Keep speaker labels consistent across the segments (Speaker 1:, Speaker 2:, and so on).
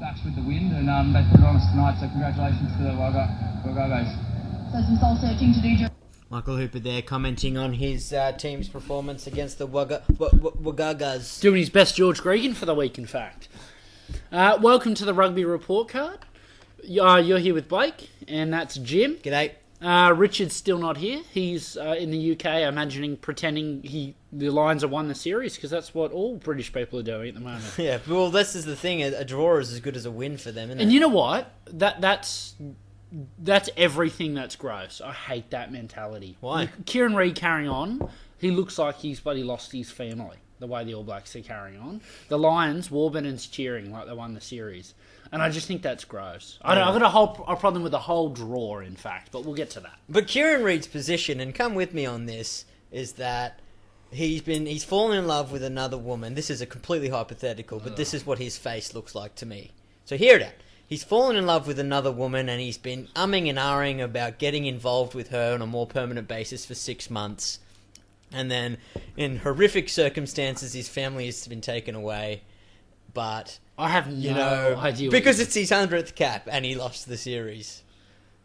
Speaker 1: match with the wind, and um, they put it on us tonight. So congratulations to the Wagga Waggos.
Speaker 2: So some soul searching to do during
Speaker 3: Michael Hooper there commenting on his uh, team's performance against the Wagga- Wa- Wa- Waggagas.
Speaker 4: Doing his best George Gregan for the week, in fact. Uh, welcome to the Rugby Report Card. You- Uh, you're here with Blake, and that's Jim.
Speaker 3: G'day.
Speaker 4: Uh, Richard's still not here. He's uh, in the UK, I imagining, pretending he the Lions have won the series because that's what all British people are doing at the moment.
Speaker 3: Yeah, well, this is the thing. A, a draw is as good as a win for them, isn't
Speaker 4: And
Speaker 3: it?
Speaker 4: you know what? That that's that's everything that's gross. I hate that mentality.
Speaker 3: Why?
Speaker 4: You- Kieran Reid carrying on, he looks like he's bloody lost his family. The way the All Blacks are carrying on, the Lions, Warburton's cheering like they won the series, and I just think that's gross. I don't, I've got a whole a problem with the whole draw, in fact, but we'll get to that.
Speaker 3: But Kieran Reid's position, and come with me on this, is that he's been he's fallen in love with another woman. This is a completely hypothetical, but this is what his face looks like to me. So hear it out. He's fallen in love with another woman, and he's been umming and ahhing about getting involved with her on a more permanent basis for six months. And then, in horrific circumstances, his family has been taken away. But
Speaker 4: I have no
Speaker 3: you know,
Speaker 4: idea what
Speaker 3: because
Speaker 4: you-
Speaker 3: it's his hundredth cap, and he lost the series.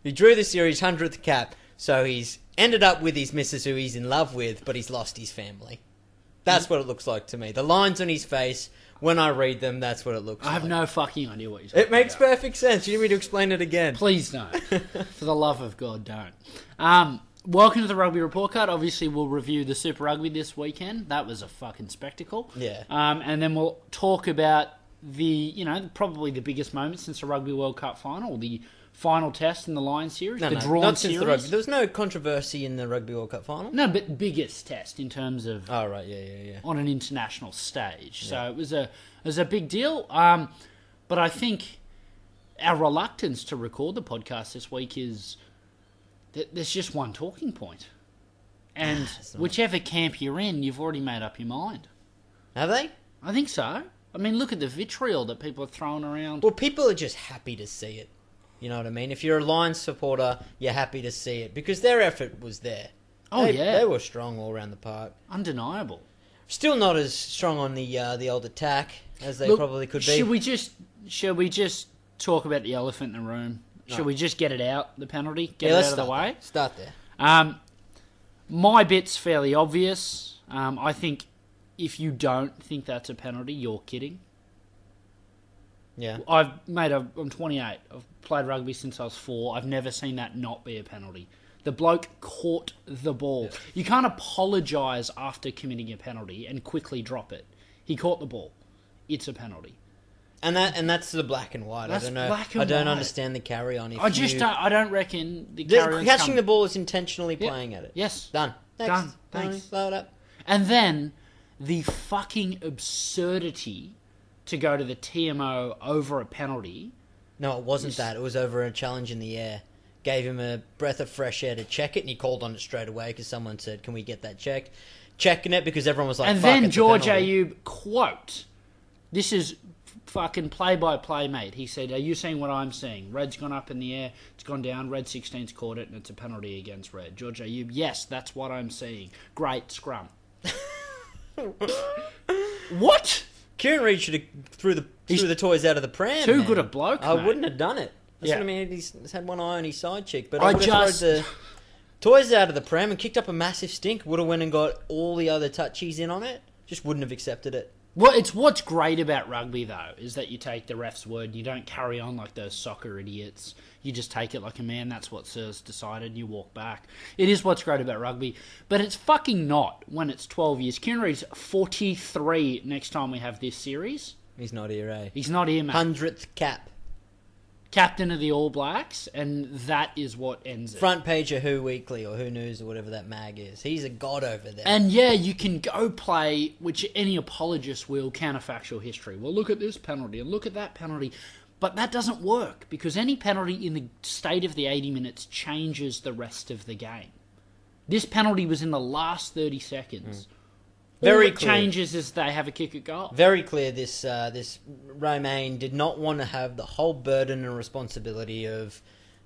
Speaker 3: He drew the series hundredth cap, so he's ended up with his missus who he's in love with, but he's lost his family.
Speaker 4: Mm.
Speaker 3: That's what it looks like to me. The lines on his face when I read them, that's what it looks.
Speaker 4: I have
Speaker 3: like.
Speaker 4: no fucking idea what you're.
Speaker 3: It
Speaker 4: talking
Speaker 3: makes
Speaker 4: about.
Speaker 3: perfect sense. You need me to explain it again?
Speaker 4: Please don't. For the love of God, don't. Um, welcome to the Rugby Report Card. Obviously, we'll review the Super Rugby this weekend. That was a fucking spectacle.
Speaker 3: Yeah.
Speaker 4: Um, and then we'll talk about the, you know, probably the biggest moment since the Rugby World Cup final, the final test in the Lions series,
Speaker 3: No,
Speaker 4: the
Speaker 3: no,
Speaker 4: drawn
Speaker 3: not since
Speaker 4: series.
Speaker 3: the rugby. There was no controversy in the Rugby World Cup final.
Speaker 4: no, but biggest test in terms of
Speaker 3: Oh right, yeah, yeah, yeah.
Speaker 4: on an international stage. So it was a it was a big deal. Um, but I think our reluctance to record the podcast this week is that there's just one talking point, and whichever camp you're in, you've already made up your mind.
Speaker 3: Have they?
Speaker 4: I think so. I mean, look at the vitriol that people are throwing around.
Speaker 3: Well, people are just happy to see it. You know what I mean? If you're a Lions supporter, you're happy to see it because their effort was there.
Speaker 4: Oh,
Speaker 3: They-
Speaker 4: yeah.
Speaker 3: they were strong all around the park.
Speaker 4: Undeniable.
Speaker 3: Still not as strong on the uh, the old attack as they
Speaker 4: Look,
Speaker 3: probably could be.
Speaker 4: Should we just should we just talk about the elephant in the room? Should we just get it out the penalty? Get
Speaker 3: Yeah,
Speaker 4: it
Speaker 3: let's
Speaker 4: out of the
Speaker 3: start
Speaker 4: way.
Speaker 3: There. Start there.
Speaker 4: Um, my bit's fairly obvious. Um, I think if you don't think that's a penalty, you're kidding.
Speaker 3: Yeah.
Speaker 4: I've made a. I'm 28. I've played rugby since I was four. I've never seen that not be a penalty. The bloke caught the ball. You can't apologise after committing a penalty and quickly drop it. He caught the ball. It's a penalty.
Speaker 3: And that and that's the black and white.
Speaker 4: That's
Speaker 3: I don't know.
Speaker 4: black and
Speaker 3: I don't
Speaker 4: white.
Speaker 3: understand the carry on. If
Speaker 4: I just
Speaker 3: you-
Speaker 4: don't. I don't reckon the,
Speaker 3: The-
Speaker 4: carry-on's
Speaker 3: catching
Speaker 4: come-
Speaker 3: the ball is intentionally playing at it.
Speaker 4: Yes.
Speaker 3: Done. Next.
Speaker 4: Done. Thanks.
Speaker 3: Blow it up.
Speaker 4: And then the fucking absurdity to go to the TMO over a penalty.
Speaker 3: No, it wasn't that. It was over a challenge in the air. Gave him a breath of fresh air to check it, and he called on it straight away because someone said, "Can we get that checked?" Checking it because everyone was like,
Speaker 4: And
Speaker 3: Fuck,
Speaker 4: then
Speaker 3: it's a
Speaker 4: George
Speaker 3: penalty."
Speaker 4: Ayub, quote, this is f- fucking play by play, mate. He said, Are you seeing what I'm seeing? Red's gone up in the air, it's gone down, Red 16's caught it, and it's a penalty against Red. George Ayub, yes, that's what I'm seeing. Great scrum. what?
Speaker 3: Kieran Reid should have threw the
Speaker 4: He's
Speaker 3: threw the toys out of the pram.
Speaker 4: too
Speaker 3: man.
Speaker 4: good a bloke,
Speaker 3: I
Speaker 4: mate.
Speaker 3: wouldn't have done it. That's
Speaker 4: Yeah.
Speaker 3: what I mean. He's he's had one eye on his side cheek, but
Speaker 4: I
Speaker 3: I, would have
Speaker 4: just-
Speaker 3: thrown the toys out of the pram and kicked up a massive stink. Would have went and got all the other touchies in on it. Just wouldn't have accepted it.
Speaker 4: Well, it's what's great about rugby though is that you take the ref's word and you don't carry on like those soccer idiots. You just take it like a man. That's what Sir's decided. and You walk back. It is what's great about rugby, but it's fucking not when it's twelve years. Kieran Reid's forty three next time we have this series.
Speaker 3: He's not here, eh?
Speaker 4: He's not here, mate.
Speaker 3: Hundredth cap.
Speaker 4: Captain of the All Blacks, and that is what ends it.
Speaker 3: Front page of Who Weekly or Who News or whatever that mag is. He's a god over there.
Speaker 4: And yeah, you can go play, which any apologist will, counterfactual history. Well, look at this penalty and look at that penalty. But that doesn't work because any penalty in the state of the 80 minutes changes the rest of the game. This penalty was in the last 30 seconds.
Speaker 3: Mm. Very
Speaker 4: All it
Speaker 3: clear.
Speaker 4: changes is they have a kick at goal.
Speaker 3: Very clear. This uh, this Romain did not want to have the whole burden and responsibility of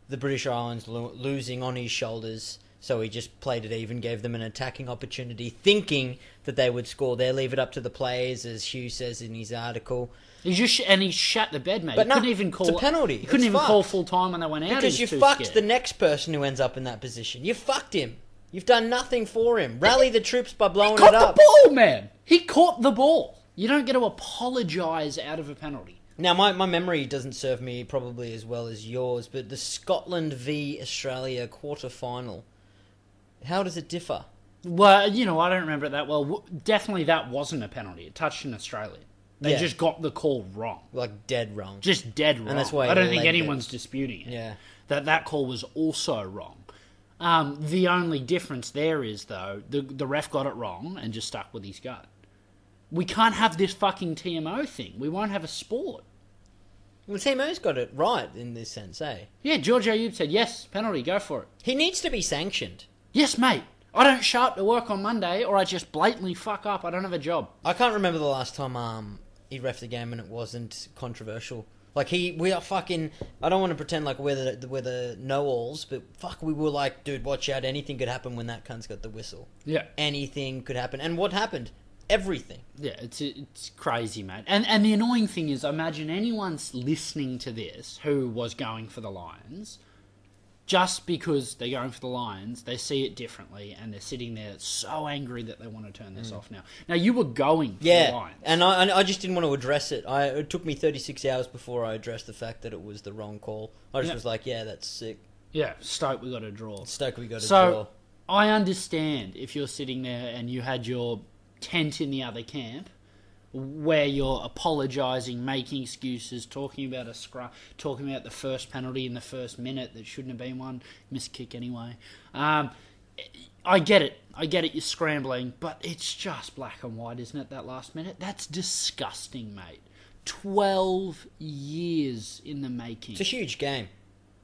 Speaker 3: the British Islands lo- losing on his shoulders. So he just played it even, gave them an attacking opportunity, thinking that they would score there, leave it up to the players, as Hugh says in his article.
Speaker 4: He just sh- and he shat the bed, mate.
Speaker 3: But
Speaker 4: he
Speaker 3: no,
Speaker 4: couldn't even
Speaker 3: it's
Speaker 4: call
Speaker 3: a penalty.
Speaker 4: He couldn't
Speaker 3: It's
Speaker 4: even call
Speaker 3: fucked.
Speaker 4: full time when they went out. He
Speaker 3: Because
Speaker 4: was
Speaker 3: you
Speaker 4: too
Speaker 3: fucked
Speaker 4: scared.
Speaker 3: the next person who ends up in that position. You fucked him. You've done nothing for him. Rally the troops by blowing
Speaker 4: Caught
Speaker 3: it up.
Speaker 4: the ball, man. He caught the ball. You don't get to apologise out of a penalty.
Speaker 3: Now, my, my memory doesn't serve me probably as well as yours, but the Scotland v Australia quarter final, how does it differ?
Speaker 4: Well, you know, I don't remember it that well. W- Definitely, that wasn't a penalty. It touched an Australian. They
Speaker 3: Yeah.
Speaker 4: just got the call wrong,
Speaker 3: Like, dead wrong.
Speaker 4: just dead wrong.
Speaker 3: that's why
Speaker 4: I don't
Speaker 3: he
Speaker 4: think
Speaker 3: legged it.
Speaker 4: anyone's disputing it.
Speaker 3: Yeah.
Speaker 4: that that call was also wrong. Um, the only difference there is though the the ref got it wrong and just stuck with his gut. We can't have this fucking TMO thing. We won't have a sport.
Speaker 3: Well, Timo's got it right in this sense, eh?
Speaker 4: Yeah, George Ayub said yes, penalty, go for it.
Speaker 3: He needs to be sanctioned.
Speaker 4: Yes, mate. I don't show up to work on Monday, or I just blatantly fuck up. I don't have a job.
Speaker 3: I can't remember the last time um he refed a game and it wasn't controversial. Like he, we are fucking. I don't want to pretend like we're the we're the know-alls, but fuck, we were like, dude, watch out, anything could happen when that cunt's got the whistle.
Speaker 4: Yeah,
Speaker 3: Anything could happen, and what happened? Everything.
Speaker 4: yeah, it's it's crazy, mate. And and the annoying thing is, imagine anyone's listening to this who was going for the Lions, just because they're going for the Lions, they see it differently, and they're sitting there so angry that they want to turn this off now. Now you were going for the
Speaker 3: Mm. Yeah,
Speaker 4: Lions,
Speaker 3: and I, and I just didn't want to address it. I it took me 36 hours before I addressed the fact that it was the wrong call. I just
Speaker 4: Yeah.
Speaker 3: was like, yeah, that's sick.
Speaker 4: yeah, Stoke, we got a draw.
Speaker 3: Stoke, we got a
Speaker 4: So
Speaker 3: draw.
Speaker 4: I understand if you're sitting there and you had your tent in the other camp, where you're apologising, making excuses, talking about a scrum, talking about the first penalty in the first minute that shouldn't have been one, missed kick anyway. Um, I get it. I get it. You're scrambling, but it's just black and white, isn't it? That last minute. That's disgusting, mate. Twelve years in the making
Speaker 3: It's a huge game,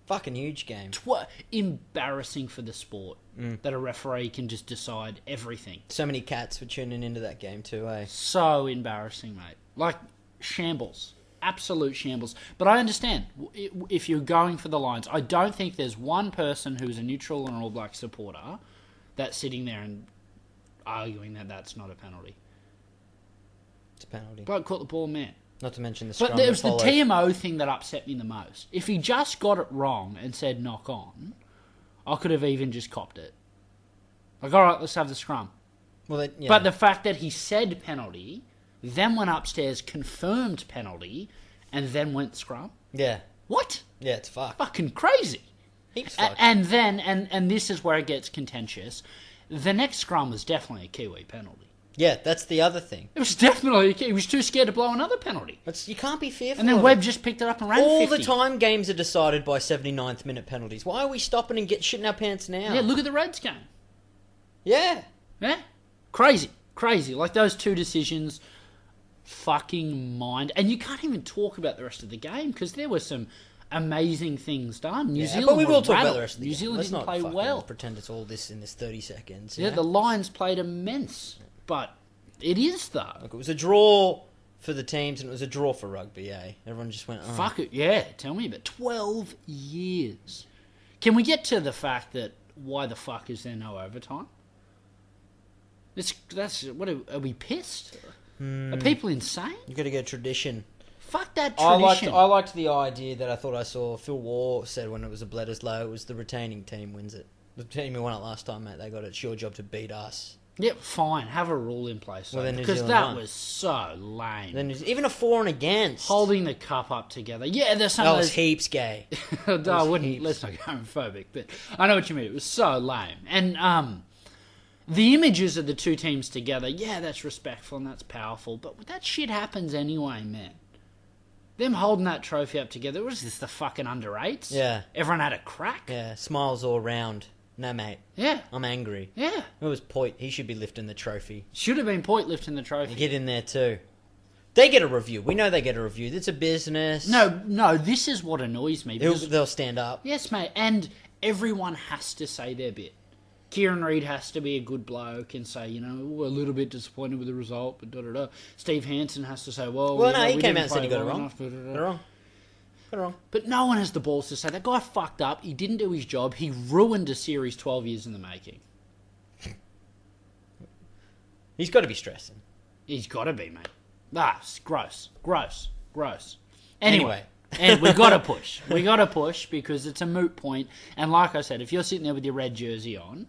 Speaker 3: fucking huge game.
Speaker 4: tw- embarrassing for the sport that a referee can just decide everything.
Speaker 3: So many cats were tuning into that game too, eh?
Speaker 4: So embarrassing, mate. Like shambles, absolute shambles. But I understand w- i- if you're going for the lines. I don't think there's one person who is a neutral and an All Black supporter that's sitting there and arguing that that's not a penalty.
Speaker 3: It's a penalty.
Speaker 4: Bloke caught the ball, man.
Speaker 3: Not to mention the scrum.
Speaker 4: But
Speaker 3: that
Speaker 4: it was the
Speaker 3: followed.
Speaker 4: TMO thing that upset me the most. If he just got it wrong and said knock on, I could have even just copped it. Like, all right, let's have the scrum.
Speaker 3: Well, that, yeah.
Speaker 4: But the fact that he said penalty, then went upstairs, confirmed penalty, and then went scrum.
Speaker 3: yeah,
Speaker 4: What?
Speaker 3: yeah, it's fucked.
Speaker 4: Fucking crazy.
Speaker 3: Heaps
Speaker 4: A-
Speaker 3: fucked.
Speaker 4: and then, and, and this is where it gets contentious. The next scrum was definitely a Kiwi penalty.
Speaker 3: yeah, that's the other thing.
Speaker 4: It was definitely, a Ki- he was too scared to blow another penalty.
Speaker 3: It's, you can't be fearful.
Speaker 4: And then
Speaker 3: of
Speaker 4: Webb
Speaker 3: it.
Speaker 4: just picked it up and ran
Speaker 3: all
Speaker 4: 50.
Speaker 3: the time games are decided by 79th minute penalties. Why are we stopping and get shit in our pants now?
Speaker 4: Yeah, look at the Reds game.
Speaker 3: Yeah.
Speaker 4: Yeah. Crazy. Crazy. Like those two decisions fucking mind. And you can't even talk about the rest of the game because there were some amazing things done. New
Speaker 3: Yeah,
Speaker 4: Zealand
Speaker 3: but we
Speaker 4: were
Speaker 3: will talk about
Speaker 4: rattled.
Speaker 3: the rest of the
Speaker 4: New
Speaker 3: game.
Speaker 4: Zealand
Speaker 3: Let's
Speaker 4: didn't
Speaker 3: not
Speaker 4: play
Speaker 3: fucking
Speaker 4: well.
Speaker 3: Pretend it's all this in this 30 seconds.
Speaker 4: yeah,
Speaker 3: you know?
Speaker 4: the Lions played immense. But it is though.
Speaker 3: Look, it was a draw for the teams and it was a draw for rugby. Eh? Everyone just went. Oh.
Speaker 4: Fuck it. Yeah, tell me about 12 years. Can we get to the fact that why the fuck is there no overtime? It's, that's what are, are we pissed?
Speaker 3: Hmm.
Speaker 4: Are people insane?
Speaker 3: You got to get tradition.
Speaker 4: Fuck that
Speaker 3: I
Speaker 4: tradition.
Speaker 3: liked, I liked the idea that I thought I saw Phil Waugh said when it was a Bledisloe, it was the retaining team wins it. The team who won it last time, mate, they got it. It's your job to beat us.
Speaker 4: Yep, fine. Have a rule in place
Speaker 3: Well, then New
Speaker 4: because
Speaker 3: Zealand
Speaker 4: that
Speaker 3: won.
Speaker 4: was so lame.
Speaker 3: Then there's even a for and against.
Speaker 4: Holding the cup up together. Yeah, there's some
Speaker 3: that
Speaker 4: of
Speaker 3: was
Speaker 4: those.
Speaker 3: heaps gay.
Speaker 4: No, I
Speaker 3: was
Speaker 4: wouldn't.
Speaker 3: heaps.
Speaker 4: Let's not go homophobic, but I know what you mean. It was so lame. And um, the images of the two teams together. Yeah, that's respectful and that's powerful. But that shit happens anyway, man. Them holding that trophy up together. Was this the fucking under eights?
Speaker 3: Yeah.
Speaker 4: Everyone had a crack.
Speaker 3: Yeah, smiles all round. No, mate,
Speaker 4: Yeah.
Speaker 3: I'm angry.
Speaker 4: Yeah.
Speaker 3: It was Poit. He should be lifting the trophy.
Speaker 4: Should have been point lifting the trophy.
Speaker 3: Get in there too. They get a review. We know they get a review. It's a business.
Speaker 4: No, no. This is what annoys me.
Speaker 3: They'll,
Speaker 4: because-
Speaker 3: they'll stand up.
Speaker 4: Yes, mate, and everyone has to say their bit. Kieran Reid has to be a good bloke and say, you know, "Ooh, a little bit disappointed with the result, but da da da. Steve Hansen has to say, well,
Speaker 3: Well,
Speaker 4: you
Speaker 3: no,
Speaker 4: know,
Speaker 3: he
Speaker 4: we
Speaker 3: came
Speaker 4: didn't
Speaker 3: out and said he
Speaker 4: play
Speaker 3: got it
Speaker 4: well
Speaker 3: wrong.
Speaker 4: enough, da, da, da."
Speaker 3: Got it wrong. Got it wrong.
Speaker 4: But no one has the balls to say that guy fucked up. He didn't do his job. He ruined a series twelve years in the making.
Speaker 3: He's got to be stressing.
Speaker 4: He's got to be, mate. Ah, it's gross, gross, gross.
Speaker 3: Anyway.
Speaker 4: Anyway, and we got to push. We got to push because it's a moot point. And like I said, if you're sitting there with your red jersey on,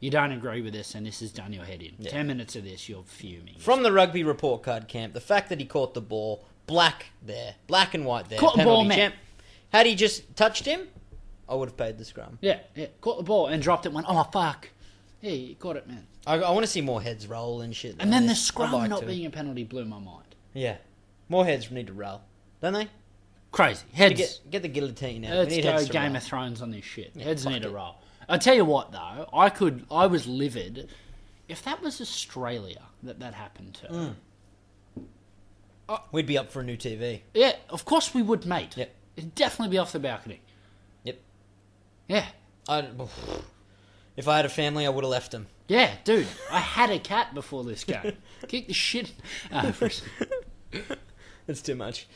Speaker 4: you don't agree with this, and this has done your head in. Ten minutes of this, you're fuming.
Speaker 3: From the rugby report card camp, the fact that he caught the ball, black there, black and white there,
Speaker 4: Caught the ball,
Speaker 3: penalty
Speaker 4: man.
Speaker 3: champ. Had he just touched him, I would have paid the scrum.
Speaker 4: yeah, yeah, caught the ball and dropped it. Went, oh fuck. Yeah, you caught it, man.
Speaker 3: I, I want to see more heads roll and shit. like
Speaker 4: And then the
Speaker 3: this. I'd
Speaker 4: scrum
Speaker 3: like
Speaker 4: not
Speaker 3: to.
Speaker 4: being a penalty blew my mind.
Speaker 3: Yeah, more heads need to roll, don't they?
Speaker 4: Crazy
Speaker 3: To
Speaker 4: heads.
Speaker 3: get get the guillotine out.
Speaker 4: Let's
Speaker 3: we need
Speaker 4: go
Speaker 3: heads to
Speaker 4: Game
Speaker 3: roll.
Speaker 4: of Thrones on this shit. Heads
Speaker 3: fuck
Speaker 4: need to
Speaker 3: it.
Speaker 4: roll. I tell you what though, I could. I was livid. If that was Australia that that happened to,
Speaker 3: Mm. We'd be up for a new TV.
Speaker 4: yeah, of course we would, mate.
Speaker 3: Yep.
Speaker 4: It'd definitely be off the balcony.
Speaker 3: Yep.
Speaker 4: Yeah,
Speaker 3: I, if I had a family, I would have left them.
Speaker 4: yeah, dude. I had a cat before this game. Kick the shit. Uh,
Speaker 3: That's too much.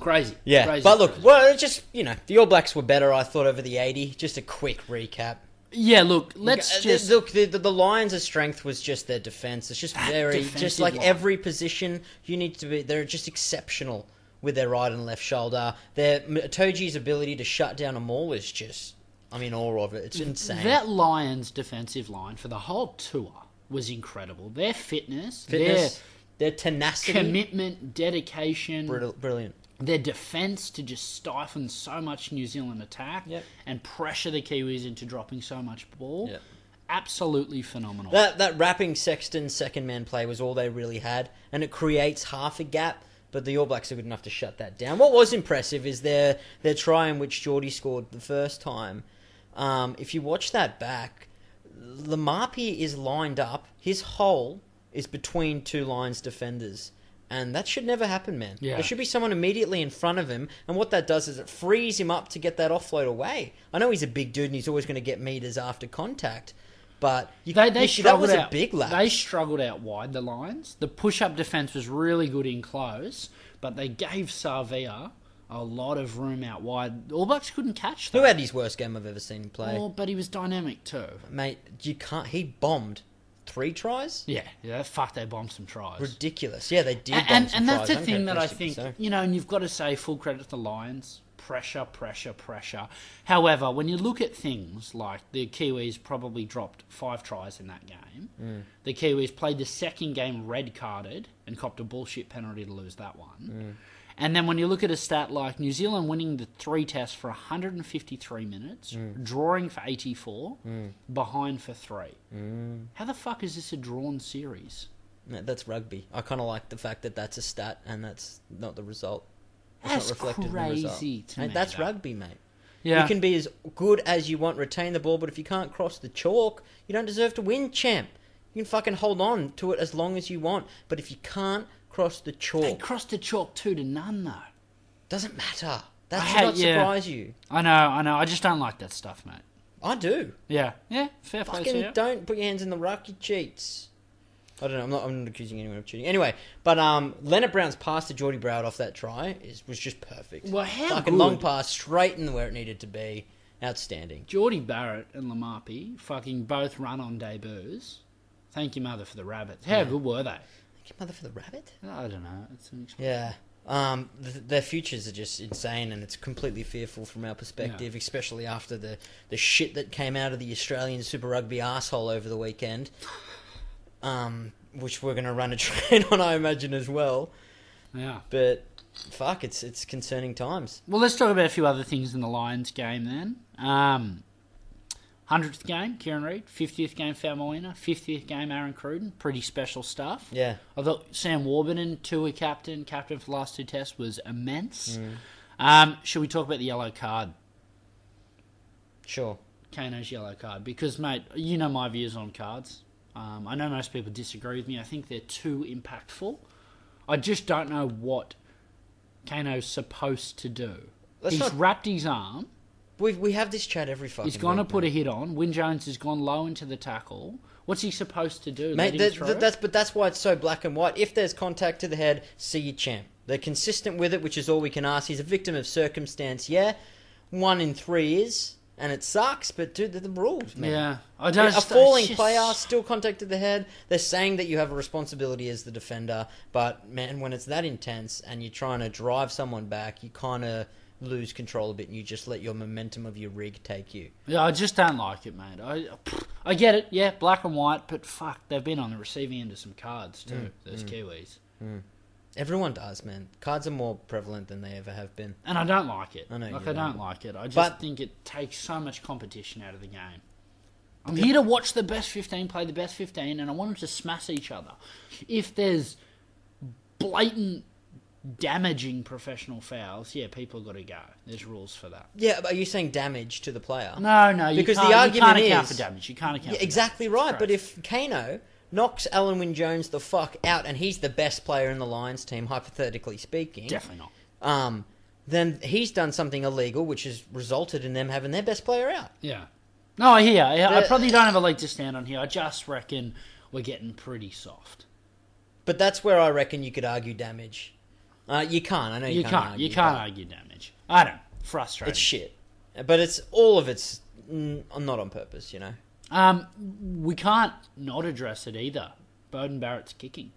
Speaker 4: crazy.
Speaker 3: Yeah,
Speaker 4: crazy,
Speaker 3: but look,
Speaker 4: crazy.
Speaker 3: well, it's just you know, the All Blacks were better. I thought over the eighty. Just a quick recap.
Speaker 4: yeah, look. Let's
Speaker 3: Uh, the-
Speaker 4: just Ah,
Speaker 3: look. The, the, the Lions' strength was just their defense. It's just very, just
Speaker 4: defensive
Speaker 3: like
Speaker 4: line.
Speaker 3: every position, you need to be. They're just exceptional with their right and left shoulder. Their Toji's ability to shut down a maul is just. I'm in awe of it. It's insane.
Speaker 4: That Lions defensive line for the whole tour was incredible. Their fitness,
Speaker 3: Fitness, their tenacity,
Speaker 4: their commitment, dedication,
Speaker 3: Brill- brilliant.
Speaker 4: their defense to just stifle so much New Zealand attack
Speaker 3: Yep.
Speaker 4: and pressure the Kiwis into dropping so much ball.
Speaker 3: Yep.
Speaker 4: Absolutely phenomenal.
Speaker 3: That that wrapping Sexton second man play was all they really had, and it creates half a gap. But the All Blacks are good enough to shut that down. What was impressive is their their try in which Geordie scored the first time. Um, if you watch that back, Lamapi is lined up. His hole is between two Lions defenders. And that should never happen, man.
Speaker 4: Yeah.
Speaker 3: There should be someone immediately in front of him. And what that does is it frees him up to get that offload away. I know he's a big dude and he's always going to get meters after contact. But you,
Speaker 4: they, they
Speaker 3: you- that
Speaker 4: struggled
Speaker 3: was
Speaker 4: out,
Speaker 3: a big lapse.
Speaker 4: They struggled out wide, the Lions. The push up defense was really good in close, but they gave Sarvia a lot of room out wide. All Blacks couldn't catch
Speaker 3: Who
Speaker 4: them.
Speaker 3: had his worst game I've ever seen him play?
Speaker 4: Oh, but he was dynamic too.
Speaker 3: Mate, you can't. He bombed three tries.
Speaker 4: Yeah, yeah, fuck, they bombed some tries.
Speaker 3: Ridiculous. Yeah, they did.
Speaker 4: and,
Speaker 3: bomb
Speaker 4: and,
Speaker 3: some
Speaker 4: and that's
Speaker 3: tries.
Speaker 4: the thing that I think
Speaker 3: uncharacteristic, so.
Speaker 4: you know, and you've got to say full credit to the Lions. Pressure, pressure, pressure. However, when you look at things like the Kiwis probably dropped five tries in that game,
Speaker 3: Mm.
Speaker 4: the Kiwis played the second game red carded and copped a bullshit penalty to lose that
Speaker 3: Mm.
Speaker 4: one. And then when you look at a stat like New Zealand winning the three tests for 153 minutes,
Speaker 3: Mm.
Speaker 4: drawing for 84, behind for three.
Speaker 3: Mm.
Speaker 4: How the fuck is this a drawn series?
Speaker 3: No, that's rugby. I kind of like the fact that that's a stat and that's not the result. It's
Speaker 4: That's
Speaker 3: not reflected in the
Speaker 4: crazy
Speaker 3: result.
Speaker 4: to
Speaker 3: Mate,
Speaker 4: me,
Speaker 3: that's
Speaker 4: that.
Speaker 3: rugby, mate.
Speaker 4: Yeah.
Speaker 3: You can be as good as you want, retain the ball, but if you can't cross the chalk, you don't deserve to win, champ. You can fucking hold on to it as long as you want, but if you can't cross the
Speaker 4: They
Speaker 3: chalk,
Speaker 4: crossed the chalk two to none though.
Speaker 3: doesn't matter. That
Speaker 4: I
Speaker 3: should
Speaker 4: hate-
Speaker 3: not
Speaker 4: yeah.
Speaker 3: surprise you.
Speaker 4: I know, I know. I just don't like that stuff, mate.
Speaker 3: I do.
Speaker 4: Yeah, yeah. Fair play to
Speaker 3: Fucking
Speaker 4: you.
Speaker 3: don't put your hands in the ruck, you cheats. I don't know. I'm not. I'm not accusing anyone of cheating. Anyway, but um, Leonard Brown's pass to Geordie Broward off that try is was just perfect.
Speaker 4: Well, how
Speaker 3: fucking
Speaker 4: good-
Speaker 3: long pass straight in where it needed to be. Outstanding.
Speaker 4: Geordie Barrett and Lamapi fucking both run on debuts. Thank you, mother, for the rabbits. How good were they?
Speaker 3: Thank you, mother, for the rabbit.
Speaker 4: I don't know. It's an expl-
Speaker 3: Yeah. Um, th- their futures are just insane, and it's completely fearful from our perspective, especially after the the shit that came out of the Australian Super Rugby asshole over the weekend. Um, which we're going to run a train on, I imagine, as well.
Speaker 4: yeah.
Speaker 3: But fuck, it's it's concerning times.
Speaker 4: Well, let's talk about a few other things in the Lions game then. Um, 100th game, Kieran Reid. 50th game, Famolina. 50th game, Aaron Cruden. Pretty special stuff.
Speaker 3: Yeah.
Speaker 4: I thought Sam Warburton, tour captain, captain for the last two tests, was immense.
Speaker 3: Mm.
Speaker 4: Um, should we talk about the yellow card?
Speaker 3: Sure.
Speaker 4: Kano's yellow card because, mate, you know my views on cards. Um, I know most people disagree with me. I think they're too impactful. I just don't know what Kano's supposed to do.
Speaker 3: Let's
Speaker 4: he's
Speaker 3: not-
Speaker 4: wrapped his arm.
Speaker 3: We we have this chat every fucking.
Speaker 4: He's going to
Speaker 3: week,
Speaker 4: put
Speaker 3: mate.
Speaker 4: a hit on. Win Jones has gone low into the tackle. What's he supposed to do? Let
Speaker 3: Mate,
Speaker 4: him
Speaker 3: that,
Speaker 4: through?
Speaker 3: that- that's but that's why it's so black and white. If there's contact to the head, see you champ. They're consistent with it, which is all we can ask. He's a victim of circumstance, yeah. One in three is, and it sucks, but dude, they're the rules, man.
Speaker 4: Yeah, I
Speaker 3: Yeah,
Speaker 4: don't.
Speaker 3: a falling
Speaker 4: it's just-
Speaker 3: player still contacted the head. They're saying that you have a responsibility as the defender, but man, when it's that intense and you're trying to drive someone back, you kind of lose control a bit, and you just let your momentum of your rig take you.
Speaker 4: Yeah, I just don't like it, mate. I, pfft, I get it. Yeah, black and white, but fuck, they've been on the receiving end of some cards too.
Speaker 3: Mm,
Speaker 4: those Kiwis,
Speaker 3: Everyone does, man. Cards are more prevalent than they ever have been.
Speaker 4: and I don't like it.
Speaker 3: I know
Speaker 4: like
Speaker 3: you
Speaker 4: I
Speaker 3: don't.
Speaker 4: don't like it. I just
Speaker 3: But-
Speaker 4: think it takes so much competition out of the game. I'm here to watch the best fifteen play the best fifteen, and I want them to smash each other. If there's blatant damaging professional fouls, yeah, people got to go. There's rules for that.
Speaker 3: Yeah, but are you saying damage to the player?
Speaker 4: No, no, you
Speaker 3: Because the
Speaker 4: can't, you
Speaker 3: argument
Speaker 4: can't account
Speaker 3: is-
Speaker 4: for damage. You can't account.
Speaker 3: Yeah,
Speaker 4: for
Speaker 3: exactly
Speaker 4: damage. It's
Speaker 3: right. But
Speaker 4: crazy.
Speaker 3: if Kano knocks Alan Wynne Jones the fuck out, and he's the best player in the Lions team, hypothetically speaking,
Speaker 4: definitely not.
Speaker 3: um, then he's done something illegal, which has resulted in them having their best player out.
Speaker 4: Yeah. No, I hear. I, I
Speaker 3: The-
Speaker 4: probably don't have a leg to stand on here. I just reckon we're getting pretty soft.
Speaker 3: But that's where I reckon you could argue damage. Uh, you can't. I know you,
Speaker 4: You
Speaker 3: can't.
Speaker 4: can't.
Speaker 3: argue,
Speaker 4: you can't
Speaker 3: but
Speaker 4: argue damage. I don't. Frustrating.
Speaker 3: It's shit. But it's all of it's mm, not on purpose, you know.
Speaker 4: um, we can't not address it either. Bowden Barrett's kicking.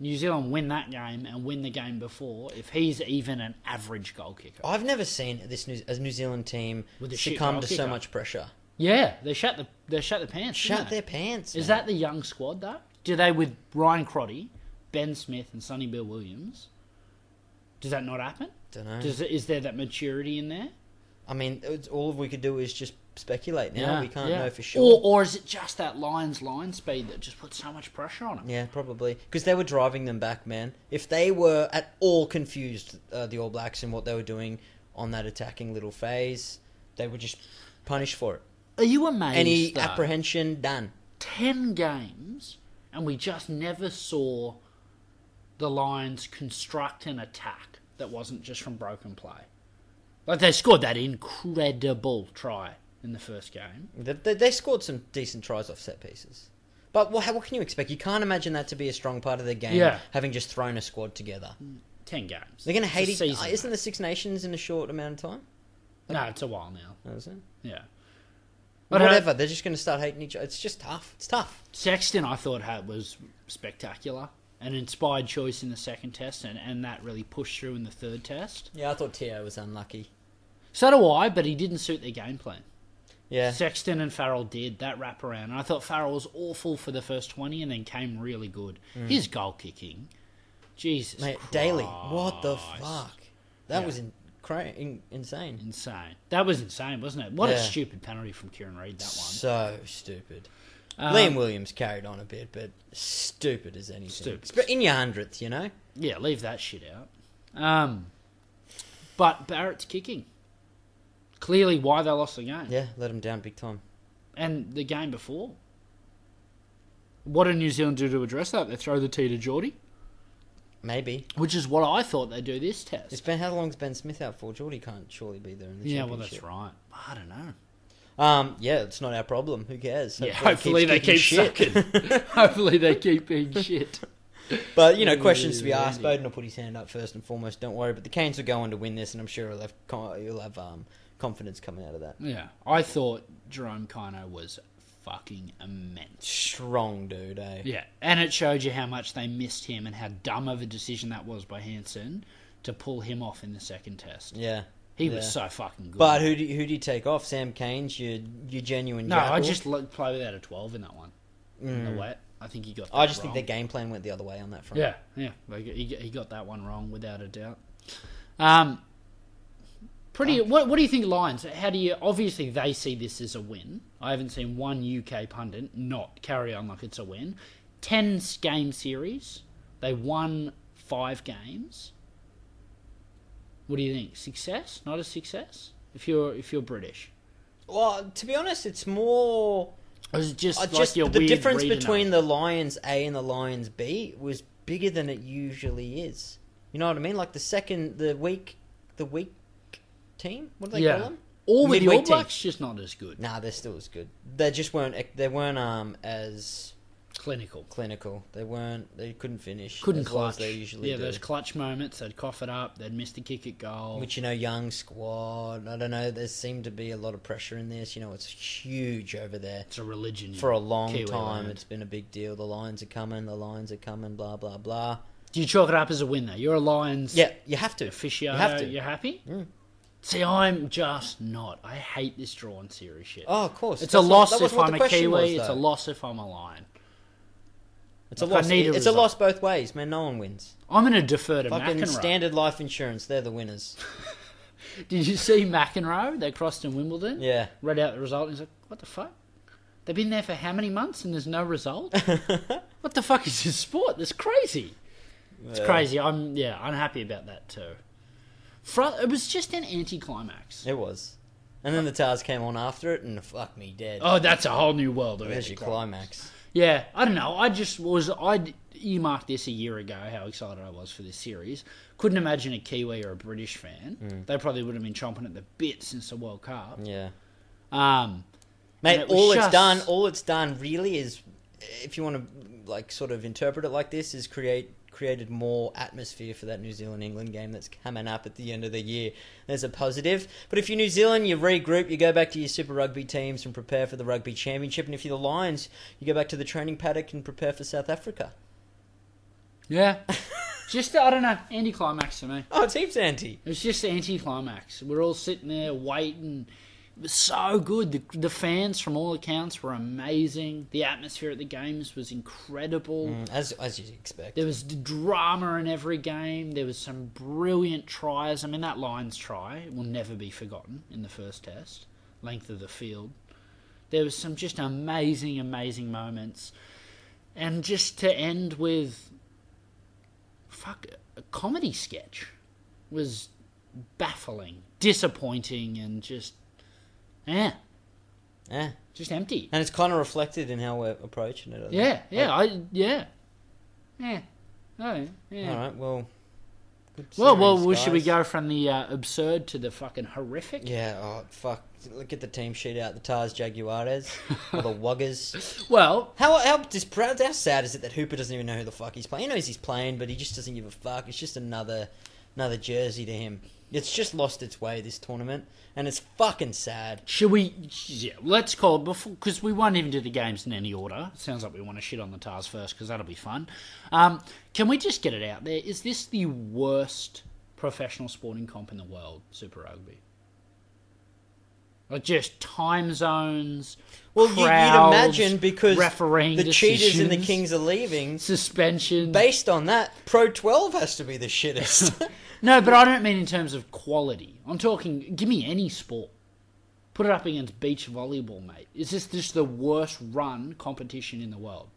Speaker 4: New Zealand win that game and win the game before if he's even an average goal kicker.
Speaker 3: I've never seen this New, a New Zealand team
Speaker 4: With a shit
Speaker 3: succumb
Speaker 4: goal
Speaker 3: to so
Speaker 4: kicker.
Speaker 3: much pressure.
Speaker 4: Yeah, they shut the they shut the pants. didn't
Speaker 3: Shut
Speaker 4: they?
Speaker 3: their pants.
Speaker 4: Is
Speaker 3: man.
Speaker 4: that the young squad though? Do they with Ryan Crotty, Ben Smith, and Sonny Bill Williams? Does that not happen?
Speaker 3: Dunno.
Speaker 4: Does it, is there that maturity in there?
Speaker 3: I mean, it's, all we could do is just speculate now. we can't know for sure.
Speaker 4: Or, or is it just that Lions line speed that just puts so much pressure on them?
Speaker 3: Yeah, probably because they were driving them back, man. If they were at all confused, uh, the All Blacks and what they were doing on that attacking little phase, they were just punished for it.
Speaker 4: Are you amazed?
Speaker 3: Any
Speaker 4: though?
Speaker 3: apprehension, done.
Speaker 4: ten games, and we just never saw the Lions construct an attack that wasn't just from broken play. Like they scored that incredible try in the first game.
Speaker 3: They, they, they scored some decent tries off set pieces, but what, what can you expect? You can't imagine that to be a strong part of the game.
Speaker 4: Yeah.
Speaker 3: having just thrown a squad together,
Speaker 4: Ten games.
Speaker 3: they're going to
Speaker 4: It's a
Speaker 3: hate it.
Speaker 4: season.
Speaker 3: Isn't the Six Nations in a short amount of time?
Speaker 4: No, it's a while now.
Speaker 3: That was it.
Speaker 4: Yeah. But uh,
Speaker 3: Whatever, they're just going to start hating each other. It's just tough. It's tough.
Speaker 4: Sexton, I thought, had was spectacular. An inspired choice in the second test, and, and that really pushed through in the third test.
Speaker 3: Yeah, I thought Tio was unlucky.
Speaker 4: So do I, but he didn't suit their game plan.
Speaker 3: Yeah,
Speaker 4: Sexton and Farrell did that wraparound. And I thought Farrell was awful for the first 20 and then came really good. His goal kicking, Jesus.
Speaker 3: Mm. Mate,
Speaker 4: Christ.
Speaker 3: daily. What the fuck? That
Speaker 4: Yeah.
Speaker 3: was in, cra- in, insane.
Speaker 4: Insane. That was insane, wasn't it? What
Speaker 3: Yeah.
Speaker 4: a stupid penalty from Kieran Reid, that one.
Speaker 3: So stupid.
Speaker 4: Um,
Speaker 3: Liam Williams carried on a bit, but stupid as anything.
Speaker 4: Stupid.
Speaker 3: Sp- In your hundredth, you know?
Speaker 4: Yeah, leave that shit out. Um, but Barrett's kicking. Clearly, why they lost the game.
Speaker 3: Yeah, let him down big time.
Speaker 4: And the game before. What did New Zealand do to address that? They throw the tee to Geordie,
Speaker 3: Maybe.
Speaker 4: which is what I thought they do this test.
Speaker 3: It's been, how long's Ben Smith out for? Geordie can't surely be there in the
Speaker 4: yeah, well,
Speaker 3: championship.
Speaker 4: that's right. I don't know.
Speaker 3: right. Um, yeah, it's not our problem. Who cares?
Speaker 4: Yeah,
Speaker 3: it
Speaker 4: hopefully they
Speaker 3: kicking
Speaker 4: keep sucking. Hopefully, they keep being shit.
Speaker 3: But you know, questions to be
Speaker 4: Yeah,
Speaker 3: asked.
Speaker 4: Andy.
Speaker 3: Bowden will put his hand up first and foremost. Don't worry. But the Canes will go on to win this, and I'm sure he'll have con- he'll have um, confidence coming out of that.
Speaker 4: Yeah, I thought Jerome Kino was fucking immense.
Speaker 3: Strong dude, eh?
Speaker 4: Yeah, and it showed you how much they missed him and how dumb of a decision that was by Hansen to pull him off in the second test.
Speaker 3: Yeah.
Speaker 4: He
Speaker 3: Yeah.
Speaker 4: was so fucking good.
Speaker 3: But who do you, who do you take off? Sam Canes, your your genuine.
Speaker 4: no, I
Speaker 3: jackal?
Speaker 4: just like play without a twelve in that one. In the wet, I think he got. That
Speaker 3: Hmm. I just
Speaker 4: wrong.
Speaker 3: think their game plan went the other way on that front.
Speaker 4: Yeah, yeah, like, he he got that one wrong without a doubt. Um, pretty. What what do you think, Lions? How do you? Obviously, they see this as a win. I haven't seen one UK pundit not carry on like it's a win. Ten game series, they won five games. What do you think? Success? Not a success? If you're if you're British,
Speaker 3: Well, to be honest, it's more
Speaker 4: or is it just
Speaker 3: uh,
Speaker 4: like
Speaker 3: just
Speaker 4: your
Speaker 3: the
Speaker 4: weird
Speaker 3: difference
Speaker 4: read and
Speaker 3: between
Speaker 4: all?
Speaker 3: the Lions A and the Lions B was bigger than it usually is. You know what I mean? Like the second, the week, the week team. What do they
Speaker 4: yeah,
Speaker 3: call them?
Speaker 4: or with the All
Speaker 3: Midweek team.
Speaker 4: Blacks, just not as good.
Speaker 3: Nah, they're still as good. They just weren't. They weren't um as
Speaker 4: clinical.
Speaker 3: clinical. They weren't. They couldn't finish.
Speaker 4: Couldn't
Speaker 3: as well
Speaker 4: clutch.
Speaker 3: as they usually
Speaker 4: yeah,
Speaker 3: do.
Speaker 4: those clutch moments. They'd cough it up. They'd miss the kick at goal.
Speaker 3: Which you know, young squad. I don't know. There seemed to be a lot of pressure in this. You know, it's huge over there.
Speaker 4: it's a religion
Speaker 3: For a long
Speaker 4: Kiwi
Speaker 3: time,
Speaker 4: land.
Speaker 3: it's been a big deal. The lines are coming. The lines are coming. Blah blah blah.
Speaker 4: Do you chalk it up as a win though? You're a Lions
Speaker 3: Yeah, you have to.
Speaker 4: official.
Speaker 3: You have to. Mm.
Speaker 4: You're happy? See, I'm just not. I hate this drawn series shit.
Speaker 3: Oh, of course.
Speaker 4: it's a
Speaker 3: That's not-
Speaker 4: loss
Speaker 3: that
Speaker 4: if
Speaker 3: wasn't what the
Speaker 4: I'm a
Speaker 3: question
Speaker 4: Kiwi.
Speaker 3: was,
Speaker 4: it's a
Speaker 3: though.
Speaker 4: loss if I'm a Lion.
Speaker 3: It's a
Speaker 4: Like, I
Speaker 3: loss.
Speaker 4: need a
Speaker 3: it's a
Speaker 4: result.
Speaker 3: loss both ways, man. No one wins.
Speaker 4: I'm going to defer to
Speaker 3: Fucking
Speaker 4: McEnroe.
Speaker 3: standard life insurance. They're the winners.
Speaker 4: Did you see McEnroe? They crossed in Wimbledon.
Speaker 3: Yeah.
Speaker 4: Read out the result and he's like, what the fuck? They've been there for how many months and there's no result? what the fuck is this sport? That's crazy. It's crazy. I'm, yeah, unhappy about that too. Fru- it was just an anticlimax.
Speaker 3: It was. And then the Tars came on after it, and fuck me dead.
Speaker 4: Oh, that's a whole new world of
Speaker 3: There's your
Speaker 4: anticlimax.
Speaker 3: climax.
Speaker 4: Yeah, I don't know. I just was I earmarked this a year ago how excited I was for this series. Couldn't imagine a Kiwi or a British fan. They probably would have been chomping at the bit since the World Cup.
Speaker 3: Yeah.
Speaker 4: Um,
Speaker 3: Mate,
Speaker 4: And it was
Speaker 3: all
Speaker 4: just-
Speaker 3: it's done, all it's done really is, if you want to like sort of interpret it like this, is create created more atmosphere for that New Zealand England game that's coming up at the end of the year. There's a positive, but if you're New Zealand, you regroup, you go back to your Super Rugby teams and prepare for the Rugby Championship, and if you're the Lions, you go back to the training paddock and prepare for South Africa.
Speaker 4: yeah, just I don't know. Anticlimax to me.
Speaker 3: Oh, it's heaps anti.
Speaker 4: It was just anticlimax. We're all sitting there waiting. It was so good. The, the fans, from all accounts, were amazing. The atmosphere at the games was incredible.
Speaker 3: Mm, As as you expect.
Speaker 4: There was d- drama in every game. There was some brilliant tries. I mean, that Lions try will never be forgotten in the first test, length of the field. There was some just amazing, amazing moments, and just to end with, fuck, a comedy sketch was baffling, disappointing, and just, yeah,
Speaker 3: Yeah.
Speaker 4: just empty.
Speaker 3: And it's kind of reflected in how we're approaching it. I think.
Speaker 4: Yeah, yeah, I, yeah, yeah, no, yeah.
Speaker 3: All right. Well. good
Speaker 4: Well, well,
Speaker 3: series,
Speaker 4: well, should we
Speaker 3: guys.
Speaker 4: go from the uh, absurd to the fucking horrific?
Speaker 3: Yeah, oh, fuck. Look at the team sheet out. The Tars Jaguares. or the Wuggers.
Speaker 4: Well,
Speaker 3: How, how, dis- how sad is it that Hooper doesn't even know who the fuck he's playing? He knows he's playing, but he just doesn't give a fuck. It's just another another jersey to him. It's just lost its way this tournament, and it's fucking sad.
Speaker 4: should we? Yeah, let's call it before because we won't even do the games in any order. Sounds like we want to shit on the Tars first because that'll be fun. Um, can we just get it out there? Is this the worst professional sporting comp in the world? Super Rugby. Like just time zones.
Speaker 3: Well, you, you'd
Speaker 4: crowds,
Speaker 3: imagine because
Speaker 4: refereeing
Speaker 3: the cheaters and the
Speaker 4: decisions,
Speaker 3: kings are leaving.
Speaker 4: suspension.
Speaker 3: Based on that, Pro 12 has to be the shittest.
Speaker 4: No, but I don't mean in terms of quality. I'm talking, give me any sport. Put it up against beach volleyball, mate. Is this just the worst run competition in the world?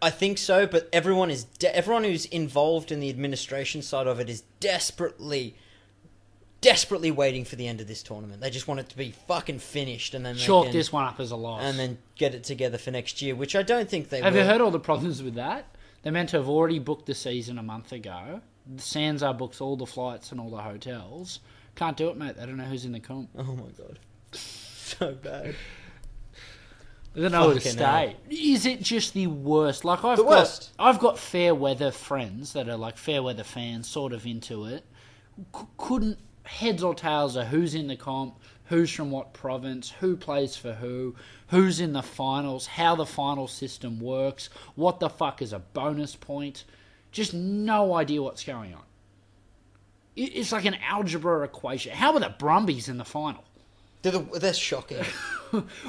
Speaker 3: I think so, but everyone is de- everyone who's involved in the administration side of it is desperately, desperately waiting for the end of this tournament. They just want it to be fucking finished, and then they
Speaker 4: Chalk
Speaker 3: can-
Speaker 4: this one up as a loss.
Speaker 3: and then get it together for next year, which I don't think they
Speaker 4: have
Speaker 3: will.
Speaker 4: you heard all the problems with that? They're meant to have already booked the season a month ago. Sanzar books all the flights and all the hotels. Can't do it, mate. They don't know who's in the comp.
Speaker 3: Oh my god, so bad.
Speaker 4: They don't know where to
Speaker 3: Fucking
Speaker 4: stay. Is it just the worst? Like I've
Speaker 3: The
Speaker 4: got,
Speaker 3: worst.
Speaker 4: I've got fair weather friends that are like fair weather fans, sort of into it. C- couldn't heads or tails are who's in the comp, who's from what province, who plays for who, who's in the finals, how the final system works, what the fuck is a bonus point. Just no idea what's going on. It- It's like an algebra equation. How are the Brumbies in the final?
Speaker 3: They're, the, they're shocking.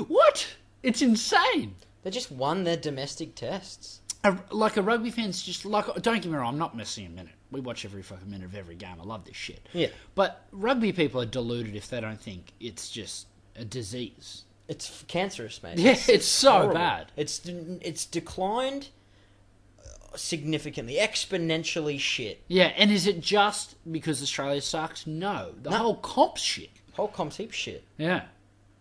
Speaker 4: What? It's insane.
Speaker 3: they just won their domestic tests.
Speaker 4: a, like a rugby fan's just like don't get me wrong, I'm not missing a minute. We watch every fucking minute of every game. I love this shit.
Speaker 3: Yeah.
Speaker 4: But rugby people are deluded if they don't think it's just a disease.
Speaker 3: It's f- cancerous, mate.
Speaker 4: Yeah, it's so
Speaker 3: horrible.
Speaker 4: bad.
Speaker 3: It's it's declined uh, significantly, exponentially. Shit,
Speaker 4: Yeah, and is it just because Australia sucks? No. The
Speaker 3: No.
Speaker 4: whole comp's shit.
Speaker 3: whole comp's heap shit.
Speaker 4: Yeah.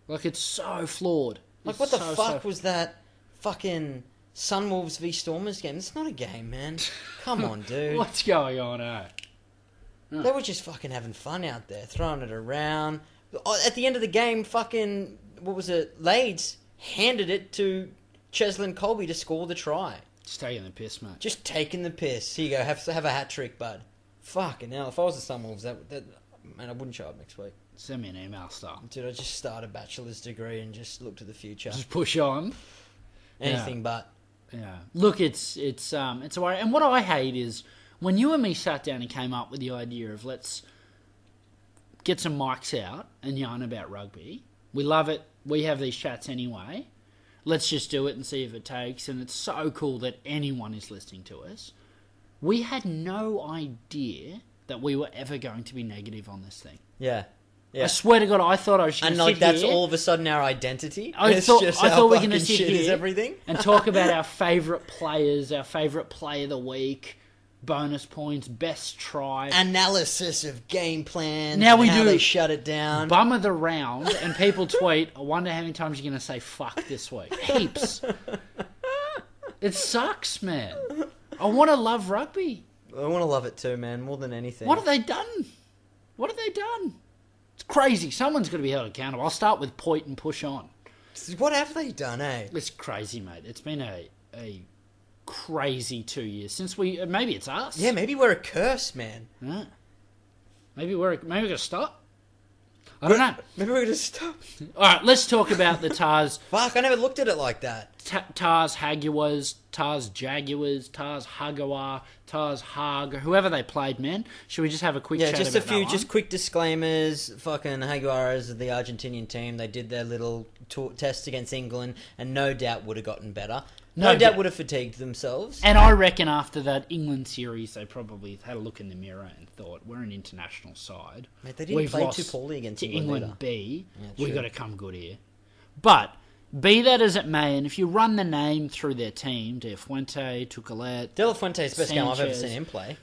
Speaker 4: Like it's so flawed.
Speaker 3: Like,
Speaker 4: It's
Speaker 3: what the
Speaker 4: so,
Speaker 3: fuck
Speaker 4: so-
Speaker 3: was that fucking Sunwolves v Stormers game? It's not a game, man. Come on, dude.
Speaker 4: What's going on, eh?
Speaker 3: They were just fucking having fun out there, throwing it around. Oh, At the end of the game, fucking, what was it? Lades handed it to Cheslin Colby to score the try.
Speaker 4: Just taking the piss, mate.
Speaker 3: Just taking the piss. Here you go. Have have a hat trick, bud. Fucking hell. If I was the Sunwolves, that that man, I wouldn't show up next week.
Speaker 4: Send me an email, star.
Speaker 3: Dude, I just start a bachelor's degree and just look to the future.
Speaker 4: Just push on.
Speaker 3: Anything but.
Speaker 4: Yeah. Look, it's it's um it's a worry. And what I hate is when you and me sat down and came up with the idea of let's get some mics out and yarn about rugby. We love it. We have these chats anyway. Let's just do it and see if it takes. And it's so cool that anyone is listening to us. We had no idea that we were ever going to be negative on this thing.
Speaker 3: Yeah. Yeah.
Speaker 4: I swear to God, I thought I should.
Speaker 3: and like
Speaker 4: sit
Speaker 3: that's
Speaker 4: here-
Speaker 3: all of a sudden our identity.
Speaker 4: I
Speaker 3: It's
Speaker 4: thought,
Speaker 3: just
Speaker 4: I
Speaker 3: how
Speaker 4: thought we were going to
Speaker 3: fucking
Speaker 4: sit
Speaker 3: shit
Speaker 4: here
Speaker 3: is everything.
Speaker 4: and talk about our favourite players, our favourite play of the week, bonus points, best try,
Speaker 3: Analysis of game plans.
Speaker 4: Now
Speaker 3: and
Speaker 4: we
Speaker 3: how
Speaker 4: do-
Speaker 3: They shut it down.
Speaker 4: bum of the round, and people tweet, I wonder how many times you're going to say fuck this week. Heaps. it sucks, man. I want to love rugby.
Speaker 3: I want to love it too, man. More than anything.
Speaker 4: What have they done? What have they done? It's crazy. Someone's got to be held accountable. I'll start with point and push on.
Speaker 3: what have they done, eh?
Speaker 4: It's crazy, mate. It's been a a crazy two years since we. uh, Maybe it's us.
Speaker 3: Yeah, maybe we're a curse, man.
Speaker 4: Yeah. Maybe we're maybe we're gonna stop. I don't know.
Speaker 3: Maybe we're gonna stop.
Speaker 4: All right, let's talk about the Tars,
Speaker 3: Fuck, I never looked at it like that.
Speaker 4: ta- Tars Haguars, Tars Jaguars, Tars Hagawar, Tars Hag, whoever they played. Man, should we just have a quick
Speaker 3: Yeah,
Speaker 4: chat
Speaker 3: just a
Speaker 4: about that
Speaker 3: few,
Speaker 4: one?
Speaker 3: just quick disclaimers. Fucking Jaguares, the Argentinian team, they did their little tour, test against England, and no doubt would have gotten better. No,
Speaker 4: No
Speaker 3: doubt
Speaker 4: doubt.
Speaker 3: would have fatigued themselves.
Speaker 4: And I reckon after that England series, they probably had a look in the mirror and thought, "We're an international side.
Speaker 3: Mate, they didn't play too poorly against
Speaker 4: to
Speaker 3: England
Speaker 4: England
Speaker 3: either."
Speaker 4: B.
Speaker 3: Yeah,
Speaker 4: we
Speaker 3: true.
Speaker 4: got to come good here." But be that as it may, and if you run the name through their team, De Fuente, Tucolet,
Speaker 3: De La Fuente's best game I've ever
Speaker 4: Sanchez.
Speaker 3: seen him play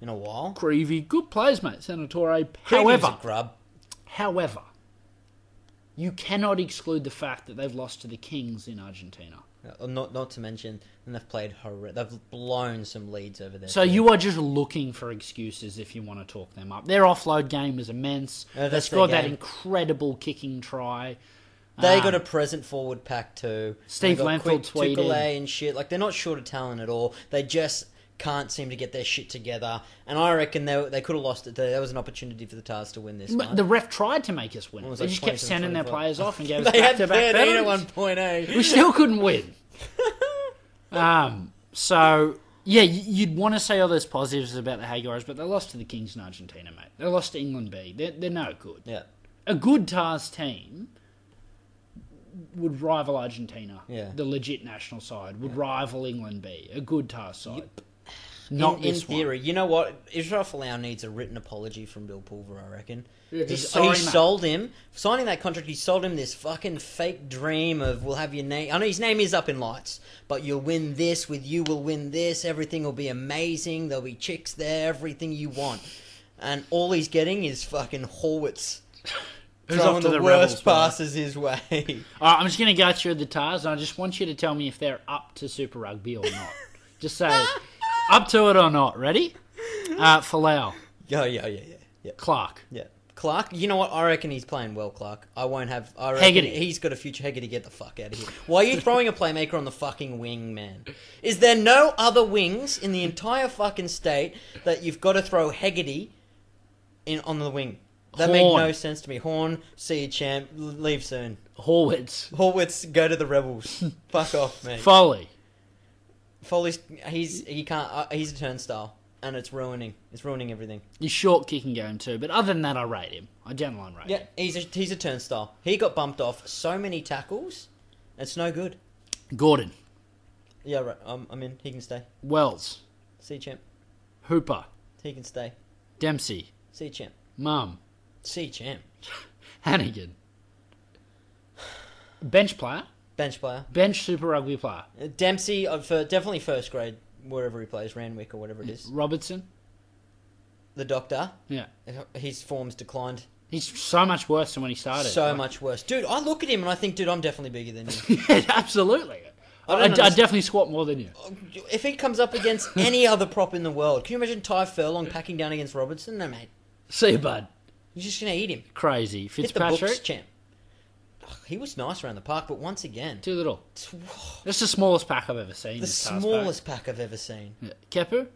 Speaker 3: in a while.
Speaker 4: Creevy, good players, mate. Senatore.
Speaker 3: Creevy's
Speaker 4: However,
Speaker 3: a grub.
Speaker 4: however, you cannot exclude the fact that they've lost to the Kings in Argentina.
Speaker 3: Uh, Not not to mention, and they've played horrendous. They've blown some leads over there.
Speaker 4: So you are just looking for excuses if you want to talk them up. Their offload game was immense.
Speaker 3: Uh, that's
Speaker 4: they
Speaker 3: their
Speaker 4: scored that
Speaker 3: game.
Speaker 4: incredible kicking try.
Speaker 3: They
Speaker 4: Um,
Speaker 3: got a present forward pack too.
Speaker 4: Steve
Speaker 3: They got
Speaker 4: Lanfield
Speaker 3: quick
Speaker 4: tweeted-
Speaker 3: Tukulay and shit. Like they're not short of talent at all. They just can't seem to get their shit together. And I reckon they they could have lost it. There There was an opportunity for the Tars to win this
Speaker 4: But
Speaker 3: one.
Speaker 4: The ref tried to make us win. They
Speaker 3: was like
Speaker 4: just kept
Speaker 3: 27,
Speaker 4: sending their
Speaker 3: 24.
Speaker 4: players off and gave us
Speaker 3: they had
Speaker 4: back-to-back
Speaker 3: 13 at
Speaker 4: penalties.
Speaker 3: one point eight.
Speaker 4: We still couldn't win. um, so yeah, y- you'd want to say all those positives about the Haguaras, but they lost to the Kings in Argentina, mate. They lost to England B. They're, they're no good.
Speaker 3: yeah,
Speaker 4: A good Tars team would rival Argentina.
Speaker 3: Yeah.
Speaker 4: The legit national side would rival England B. A good Tars side. Not
Speaker 3: in,
Speaker 4: this
Speaker 3: in
Speaker 4: one.
Speaker 3: theory. You know what? Israel Folau needs a written apology from Bill Pulver. I reckon.
Speaker 4: Yeah, just
Speaker 3: He's-
Speaker 4: sorry,
Speaker 3: he
Speaker 4: mate.
Speaker 3: sold him signing that contract. He sold him this fucking fake dream of we'll have your name. I know his name is up in lights, but you'll win this with you. Will win this. Everything will be amazing. There'll be chicks there. Everything you want, and all he's getting is fucking Horwitz.
Speaker 4: Who's
Speaker 3: throwing
Speaker 4: off to the Rebels,
Speaker 3: worst
Speaker 4: bro?
Speaker 3: passes his way.
Speaker 4: All right, I'm just going to go through the Tars, and I just want you to tell me if they're up to Super Rugby or not. just say up to it or not. Ready? Uh, Falau,
Speaker 3: yeah, yeah, yeah, yeah, yeah.
Speaker 4: Clark.
Speaker 3: Yeah. Clark, you know what? I reckon he's playing well, Clark. I won't have. I reckon
Speaker 4: Hegarty.
Speaker 3: he's got a future. Hegarty, get the fuck out of here. Why are you throwing a playmaker on the fucking wing, man? Is there no other wings in the entire fucking state that you've got to throw Hegarty in on the wing? That made
Speaker 4: Horn.
Speaker 3: no sense to me. Horn, see you, champ. L- Leave soon.
Speaker 4: Horwitz,
Speaker 3: Horwitz, go to the Rebels. fuck off, mate.
Speaker 4: Foley,
Speaker 3: Foley's he's he can't. Uh, he's a turnstile, and it's ruining. It's ruining everything.
Speaker 4: his short kicking game too. But other than that, I rate him. I downline rate
Speaker 3: Yeah,
Speaker 4: him.
Speaker 3: he's a, he's a turnstile. He got bumped off so many tackles. It's no good.
Speaker 4: Gordon,
Speaker 3: Yeah, right. Um, I'm in. He can stay.
Speaker 4: Wells,
Speaker 3: See champ.
Speaker 4: Hooper,
Speaker 3: He can stay.
Speaker 4: Dempsey,
Speaker 3: See champ.
Speaker 4: Mum,
Speaker 3: See champ.
Speaker 4: Hannigan. Bench player,
Speaker 3: Bench player.
Speaker 4: bench Super Rugby player.
Speaker 3: Uh, Dempsey uh, for definitely first grade wherever he plays, Ranwick or whatever it is.
Speaker 4: Robertson,
Speaker 3: The doctor.
Speaker 4: yeah,
Speaker 3: uh, His form's declined
Speaker 4: he's so much worse than when he started.
Speaker 3: so
Speaker 4: Like,
Speaker 3: much worse, dude. I look at him and I think, dude, I'm definitely bigger than you.
Speaker 4: Yeah, absolutely.
Speaker 3: I don't
Speaker 4: I, I
Speaker 3: understand.
Speaker 4: definitely squat more than you.
Speaker 3: if he comes up against any other prop in the world, can you imagine Ty Furlong packing down against Robertson? No, mate,
Speaker 4: See you, bud.
Speaker 3: you're just gonna eat him.
Speaker 4: Crazy.
Speaker 3: Hit the books,
Speaker 4: Fitzpatrick.
Speaker 3: champ. he was nice around the park, but once again,
Speaker 4: Too little.
Speaker 3: it's-
Speaker 4: That's the smallest pack I've ever seen.
Speaker 3: the
Speaker 4: this past pack.
Speaker 3: smallest pack I've ever seen.
Speaker 4: Yeah. Kepu,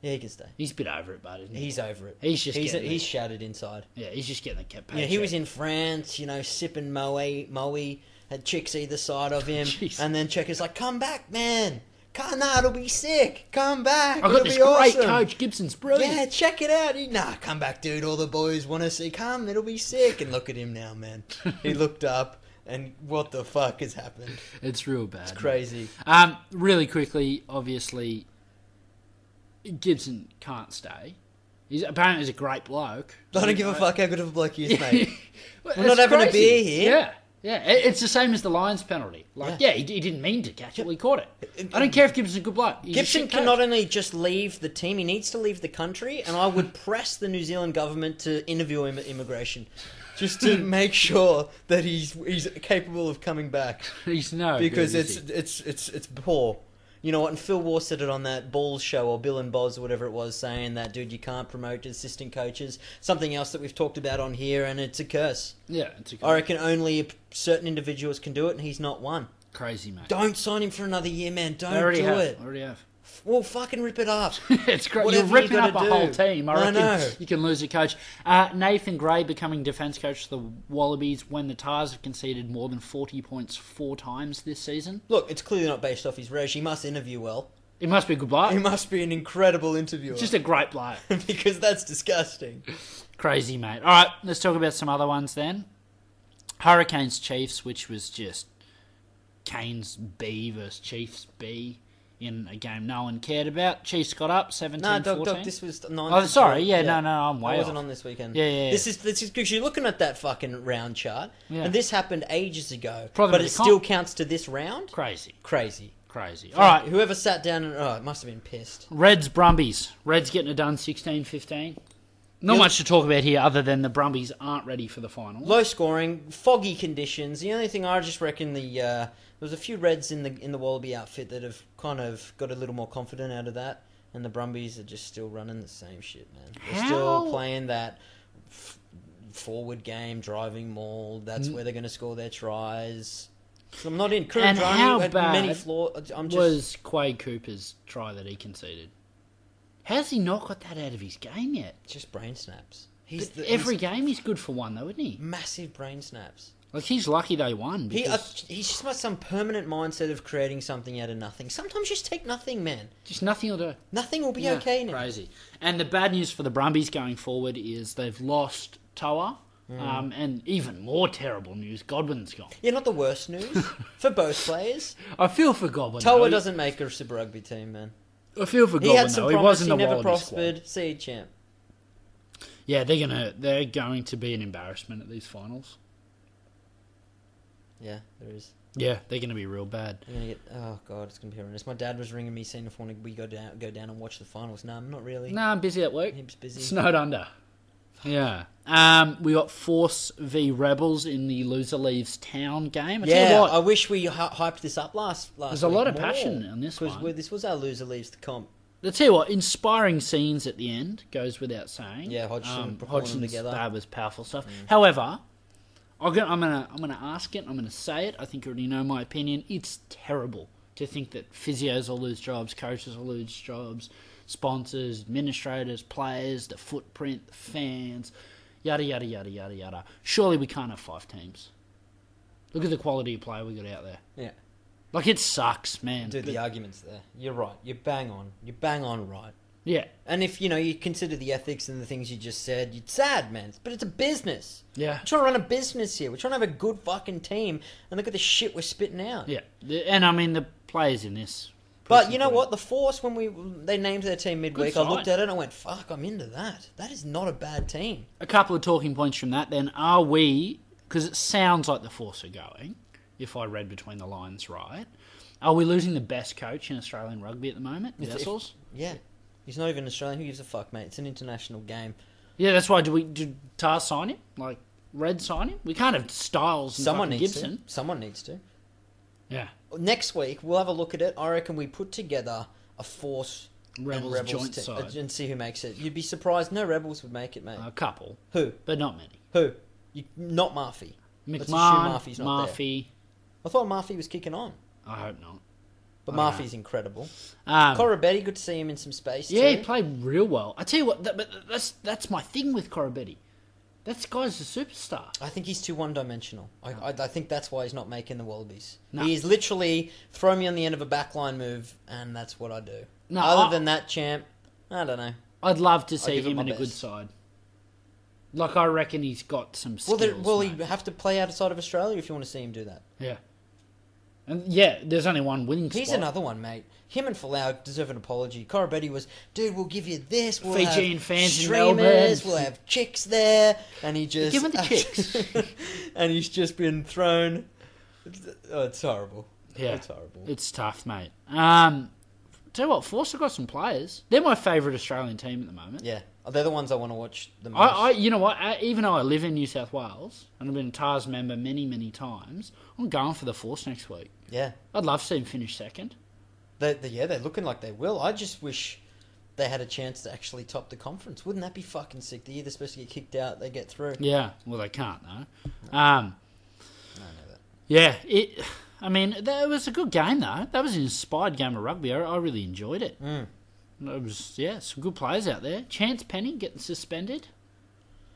Speaker 3: Yeah, he can stay.
Speaker 4: he's a bit over it, but isn't he?
Speaker 3: He's over it.
Speaker 4: He's just
Speaker 3: he's,
Speaker 4: getting it.
Speaker 3: he's shattered inside.
Speaker 4: yeah, he's just getting a kept
Speaker 3: Yeah,
Speaker 4: paycheck.
Speaker 3: he was in France, you know, sipping moe, moe, had chicks either side of him,
Speaker 4: Jeez.
Speaker 3: and then Checker's like, "Come back, man! Come, nah, it'll be sick. Come back.
Speaker 4: I've
Speaker 3: it'll
Speaker 4: got this
Speaker 3: be
Speaker 4: great
Speaker 3: awesome.
Speaker 4: coach. Gibson's brilliant.
Speaker 3: Yeah, check it out. He, nah, come back, dude. All the boys want to see. Come, it'll be sick. And look at him now, man. he looked up, and what the fuck has happened?
Speaker 4: It's real bad. It's
Speaker 3: Crazy.
Speaker 4: Um, really quickly, obviously, Gibson can't stay. He's apparently he's a great bloke.
Speaker 3: I don't give a fuck how good of a bloke he is, mate.
Speaker 4: Well,
Speaker 3: We're not
Speaker 4: it's
Speaker 3: having a
Speaker 4: crazy.
Speaker 3: beer here.
Speaker 4: Yeah, yeah. It- It's the same as the Lions penalty. Like, yeah, he, he didn't mean to catch it. Well, he caught it. I don't care if Gibson's a good bloke. He's a
Speaker 3: Gibson
Speaker 4: shit
Speaker 3: can
Speaker 4: coach.
Speaker 3: not only just leave the team, he needs to leave the country, and I would press the New Zealand government to interview him at immigration, just to make sure that he's he's capable of coming back
Speaker 4: He's no good,
Speaker 3: because
Speaker 4: is
Speaker 3: it's
Speaker 4: he?
Speaker 3: it's it's it's poor. You know what? And Phil War said it on that Balls show, or Bill and Boz, or whatever it was, saying that dude, you can't promote assistant coaches. Something else that we've talked about on here, and it's a curse.
Speaker 4: yeah, it's a good,
Speaker 3: I reckon only certain individuals can do it, and he's not one.
Speaker 4: crazy mate.
Speaker 3: Don't sign him for another year, man.
Speaker 4: I
Speaker 3: Don't
Speaker 4: already
Speaker 3: do
Speaker 4: have.
Speaker 3: it.
Speaker 4: I already have.
Speaker 3: Well, fucking rip it up.
Speaker 4: it's great. You're
Speaker 3: Whatever you
Speaker 4: ripping up
Speaker 3: gotta
Speaker 4: a
Speaker 3: do.
Speaker 4: whole team. I
Speaker 3: I
Speaker 4: reckon
Speaker 3: know.
Speaker 4: you can lose a coach. Uh, Nathan Gray becoming defence coach for the Wallabies when the Tars have conceded more than 40 points four times this season.
Speaker 3: Look, it's clearly not based off his res. He must interview well.
Speaker 4: It must be
Speaker 3: He
Speaker 4: goodbye.
Speaker 3: must be an incredible interviewer.
Speaker 4: Just a great bloke.
Speaker 3: because that's disgusting.
Speaker 4: Crazy, mate. All right, let's talk about some other ones then. Hurricanes Chiefs, which was just Canes B versus Chiefs B in a game no one cared about. Chiefs got up 17
Speaker 3: No, dog,
Speaker 4: 14.
Speaker 3: dog. This was nine.
Speaker 4: Oh, sorry. Yeah, no, no, I'm way
Speaker 3: I wasn't
Speaker 4: off.
Speaker 3: on this weekend.
Speaker 4: Yeah, yeah, yeah.
Speaker 3: This is this is because you're looking at that fucking round chart,
Speaker 4: Yeah.
Speaker 3: and this happened ages ago.
Speaker 4: Probably
Speaker 3: but
Speaker 4: the
Speaker 3: it
Speaker 4: comp.
Speaker 3: still counts to this round.
Speaker 4: Crazy.
Speaker 3: Crazy.
Speaker 4: Crazy. All right,
Speaker 3: Whoever sat down and oh, it must have been pissed.
Speaker 4: Reds Brumbies. Reds getting it done 16 15. Not
Speaker 3: Yeah.
Speaker 4: much to talk about here other than the Brumbies aren't ready for the final.
Speaker 3: Low scoring, foggy conditions. The only thing I just reckon the uh, there was a few Reds in the in the Wallaby outfit that have kind of got a little more confident out of that, and the Brumbies are just still running the same shit, man. They're
Speaker 4: How-
Speaker 3: still playing that f- forward game, driving more. That's where they're going to score their tries. So I'm not in. Kieran
Speaker 4: And
Speaker 3: Draney
Speaker 4: how
Speaker 3: had many
Speaker 4: bad
Speaker 3: flaw. I'm just
Speaker 4: was Quade Cooper's try that he conceded. How's he not got that out of his game yet?
Speaker 3: just brain snaps. He's
Speaker 4: But
Speaker 3: the,
Speaker 4: every
Speaker 3: he's
Speaker 4: game he's good for one though, isn't he?
Speaker 3: massive brain snaps.
Speaker 4: Like he's lucky they won.
Speaker 3: He, uh,
Speaker 4: Because
Speaker 3: he's just got some permanent mindset of creating something out of nothing. Sometimes just take nothing, man.
Speaker 4: just nothing will do.
Speaker 3: Nothing will be
Speaker 4: Yeah,
Speaker 3: okay now.
Speaker 4: Crazy. And the bad news for the Brumbies going forward is they've lost Toa.
Speaker 3: Mm.
Speaker 4: Um, and even more terrible news, Godwin's gone.
Speaker 3: Yeah, not the worst news for both players.
Speaker 4: I feel for Godwin. though.
Speaker 3: Toa
Speaker 4: He-
Speaker 3: doesn't make a Super Rugby team, man.
Speaker 4: I feel for
Speaker 3: He
Speaker 4: Godwin
Speaker 3: had some
Speaker 4: though. He
Speaker 3: promise.
Speaker 4: wasn't
Speaker 3: He,
Speaker 4: the
Speaker 3: never
Speaker 4: Wallaby
Speaker 3: prospered. See you, champ.
Speaker 4: Squad. Yeah, they're gonna they're going to be an embarrassment at these finals.
Speaker 3: Yeah, there is.
Speaker 4: Yeah, they're gonna be real bad.
Speaker 3: I'm gonna get. Oh god, it's gonna be horrendous. My dad was ringing me saying if I want to, we go down, go down and watch the finals. No, I'm not really.
Speaker 4: No, I'm busy at work.
Speaker 3: Heaps busy.
Speaker 4: Snowed under. Yeah. Um, we got Force v Rebels in the loser leaves town game. I tell you
Speaker 3: Yeah,
Speaker 4: what,
Speaker 3: I wish we hy- hyped this up last last.
Speaker 4: There's a
Speaker 3: week
Speaker 4: lot of
Speaker 3: more,
Speaker 4: passion on this
Speaker 3: 'cause
Speaker 4: one.
Speaker 3: we- this was our loser leaves the comp.
Speaker 4: I tell you what, inspiring scenes at the end goes without saying. Um,
Speaker 3: Yeah, Hodgson pulling them
Speaker 4: Hodgson's
Speaker 3: together. Mm.
Speaker 4: That was powerful stuff. However, I'm gonna, I'm gonna I'm gonna ask it. I'm gonna say it. I think you already know my opinion. It's terrible to think that physios will lose jobs, coaches will lose jobs, sponsors, administrators, players, the footprint, the fans, yada yada yada yada yada. Surely we can't have five teams. Look at the quality of play we got out there.
Speaker 3: Yeah,
Speaker 4: Like it sucks, man.
Speaker 3: dude, the
Speaker 4: But-
Speaker 3: argument's there. You're right. You're bang on. You're bang on right.
Speaker 4: yeah,
Speaker 3: And if you know you consider the ethics and the things you just said, it's sad, man. But it's a business.
Speaker 4: Yeah.
Speaker 3: We're trying to run a business here. We're trying to have a good fucking team. And look at the shit we're spitting out.
Speaker 4: yeah, The- and I mean the players in this.
Speaker 3: But you know what? The Force, when we they named their team midweek, I
Speaker 4: side.
Speaker 3: looked at it and I went, "Fuck, I'm into that. That is not a bad team."
Speaker 4: a couple of talking points from that then are we because it sounds like the force are going if i read between the lines right are we losing the best coach in australian rugby at the moment Vessels?
Speaker 3: Yeah. He's not even Australian. Who gives a fuck, mate? It's an international game.
Speaker 4: yeah that's why do we do tar sign him like red sign him we can't have styles and
Speaker 3: Someone
Speaker 4: fucking
Speaker 3: needs
Speaker 4: gibson
Speaker 3: to. Someone needs to.
Speaker 4: yeah
Speaker 3: next week we'll have a look at it. I reckon we put together a force and
Speaker 4: Rebels joint
Speaker 3: team,
Speaker 4: side. Uh,
Speaker 3: and see who makes it. You'd be surprised. No rebels would make it, mate.
Speaker 4: a couple
Speaker 3: who?
Speaker 4: but not many
Speaker 3: Who? You, not Murphy.
Speaker 4: McMahon,
Speaker 3: assume Murphy's not there.
Speaker 4: Murphy.
Speaker 3: I thought Murphy was kicking on,
Speaker 4: I hope not.
Speaker 3: but
Speaker 4: I don't know.
Speaker 3: Murphy's incredible.
Speaker 4: Oh, Um,
Speaker 3: Corabetti, good to see him in some space.
Speaker 4: yeah, he
Speaker 3: too.
Speaker 4: played real well. I tell you what, that, but that's that's my thing with Corabetti. That guy's a superstar.
Speaker 3: I think he's too one-dimensional.
Speaker 4: Oh.
Speaker 3: I, I, I think that's why he's not making the Wallabies.
Speaker 4: No.
Speaker 3: He is literally throw me on the end of a backline move, and that's what I do.
Speaker 4: No,
Speaker 3: Other
Speaker 4: I-
Speaker 3: than that, champ, I don't know.
Speaker 4: I'd love to see
Speaker 3: give it
Speaker 4: him
Speaker 3: my
Speaker 4: in a good
Speaker 3: best.
Speaker 4: side. Like I reckon he's got some
Speaker 3: Well,
Speaker 4: skills.
Speaker 3: there, well,
Speaker 4: mate.
Speaker 3: he'd have to play outside of Australia if you want to see him do that.
Speaker 4: yeah, and yeah, there's only one winning
Speaker 3: He's
Speaker 4: spot.
Speaker 3: another one, mate. Him and Falau deserve an apology. Corabetti was, dude, we'll give you this. We'll
Speaker 4: Fijian
Speaker 3: have
Speaker 4: fans in
Speaker 3: streamers.
Speaker 4: Melbourne."
Speaker 3: we'll have chicks there, and he just
Speaker 4: Give him the chicks.
Speaker 3: and he's just been thrown. Oh, it's horrible.
Speaker 4: Yeah.
Speaker 3: it's horrible.
Speaker 4: It's tough, mate. Um, tell you what, Forster got some players. They're my favourite Australian team at the moment.
Speaker 3: Yeah, they're the ones I want to watch the most.
Speaker 4: I, I, you know what? I, even though I live in New South Wales and I've been a TARS member many, many times, I'm going for the Force next week.
Speaker 3: yeah,
Speaker 4: I'd love to see him finish second.
Speaker 3: they they- yeah, they're looking like they will. I just wish they had a chance to actually top the conference. Wouldn't that be fucking sick? They're either supposed to get kicked out, they get through.
Speaker 4: Yeah. Well, they can't though. Um,
Speaker 3: I know that.
Speaker 4: yeah. It. I mean, that was a good game though. That was an inspired game of rugby. I, I really enjoyed it.
Speaker 3: Mm.
Speaker 4: It was yeah, some good players out there. Chance Penny getting suspended.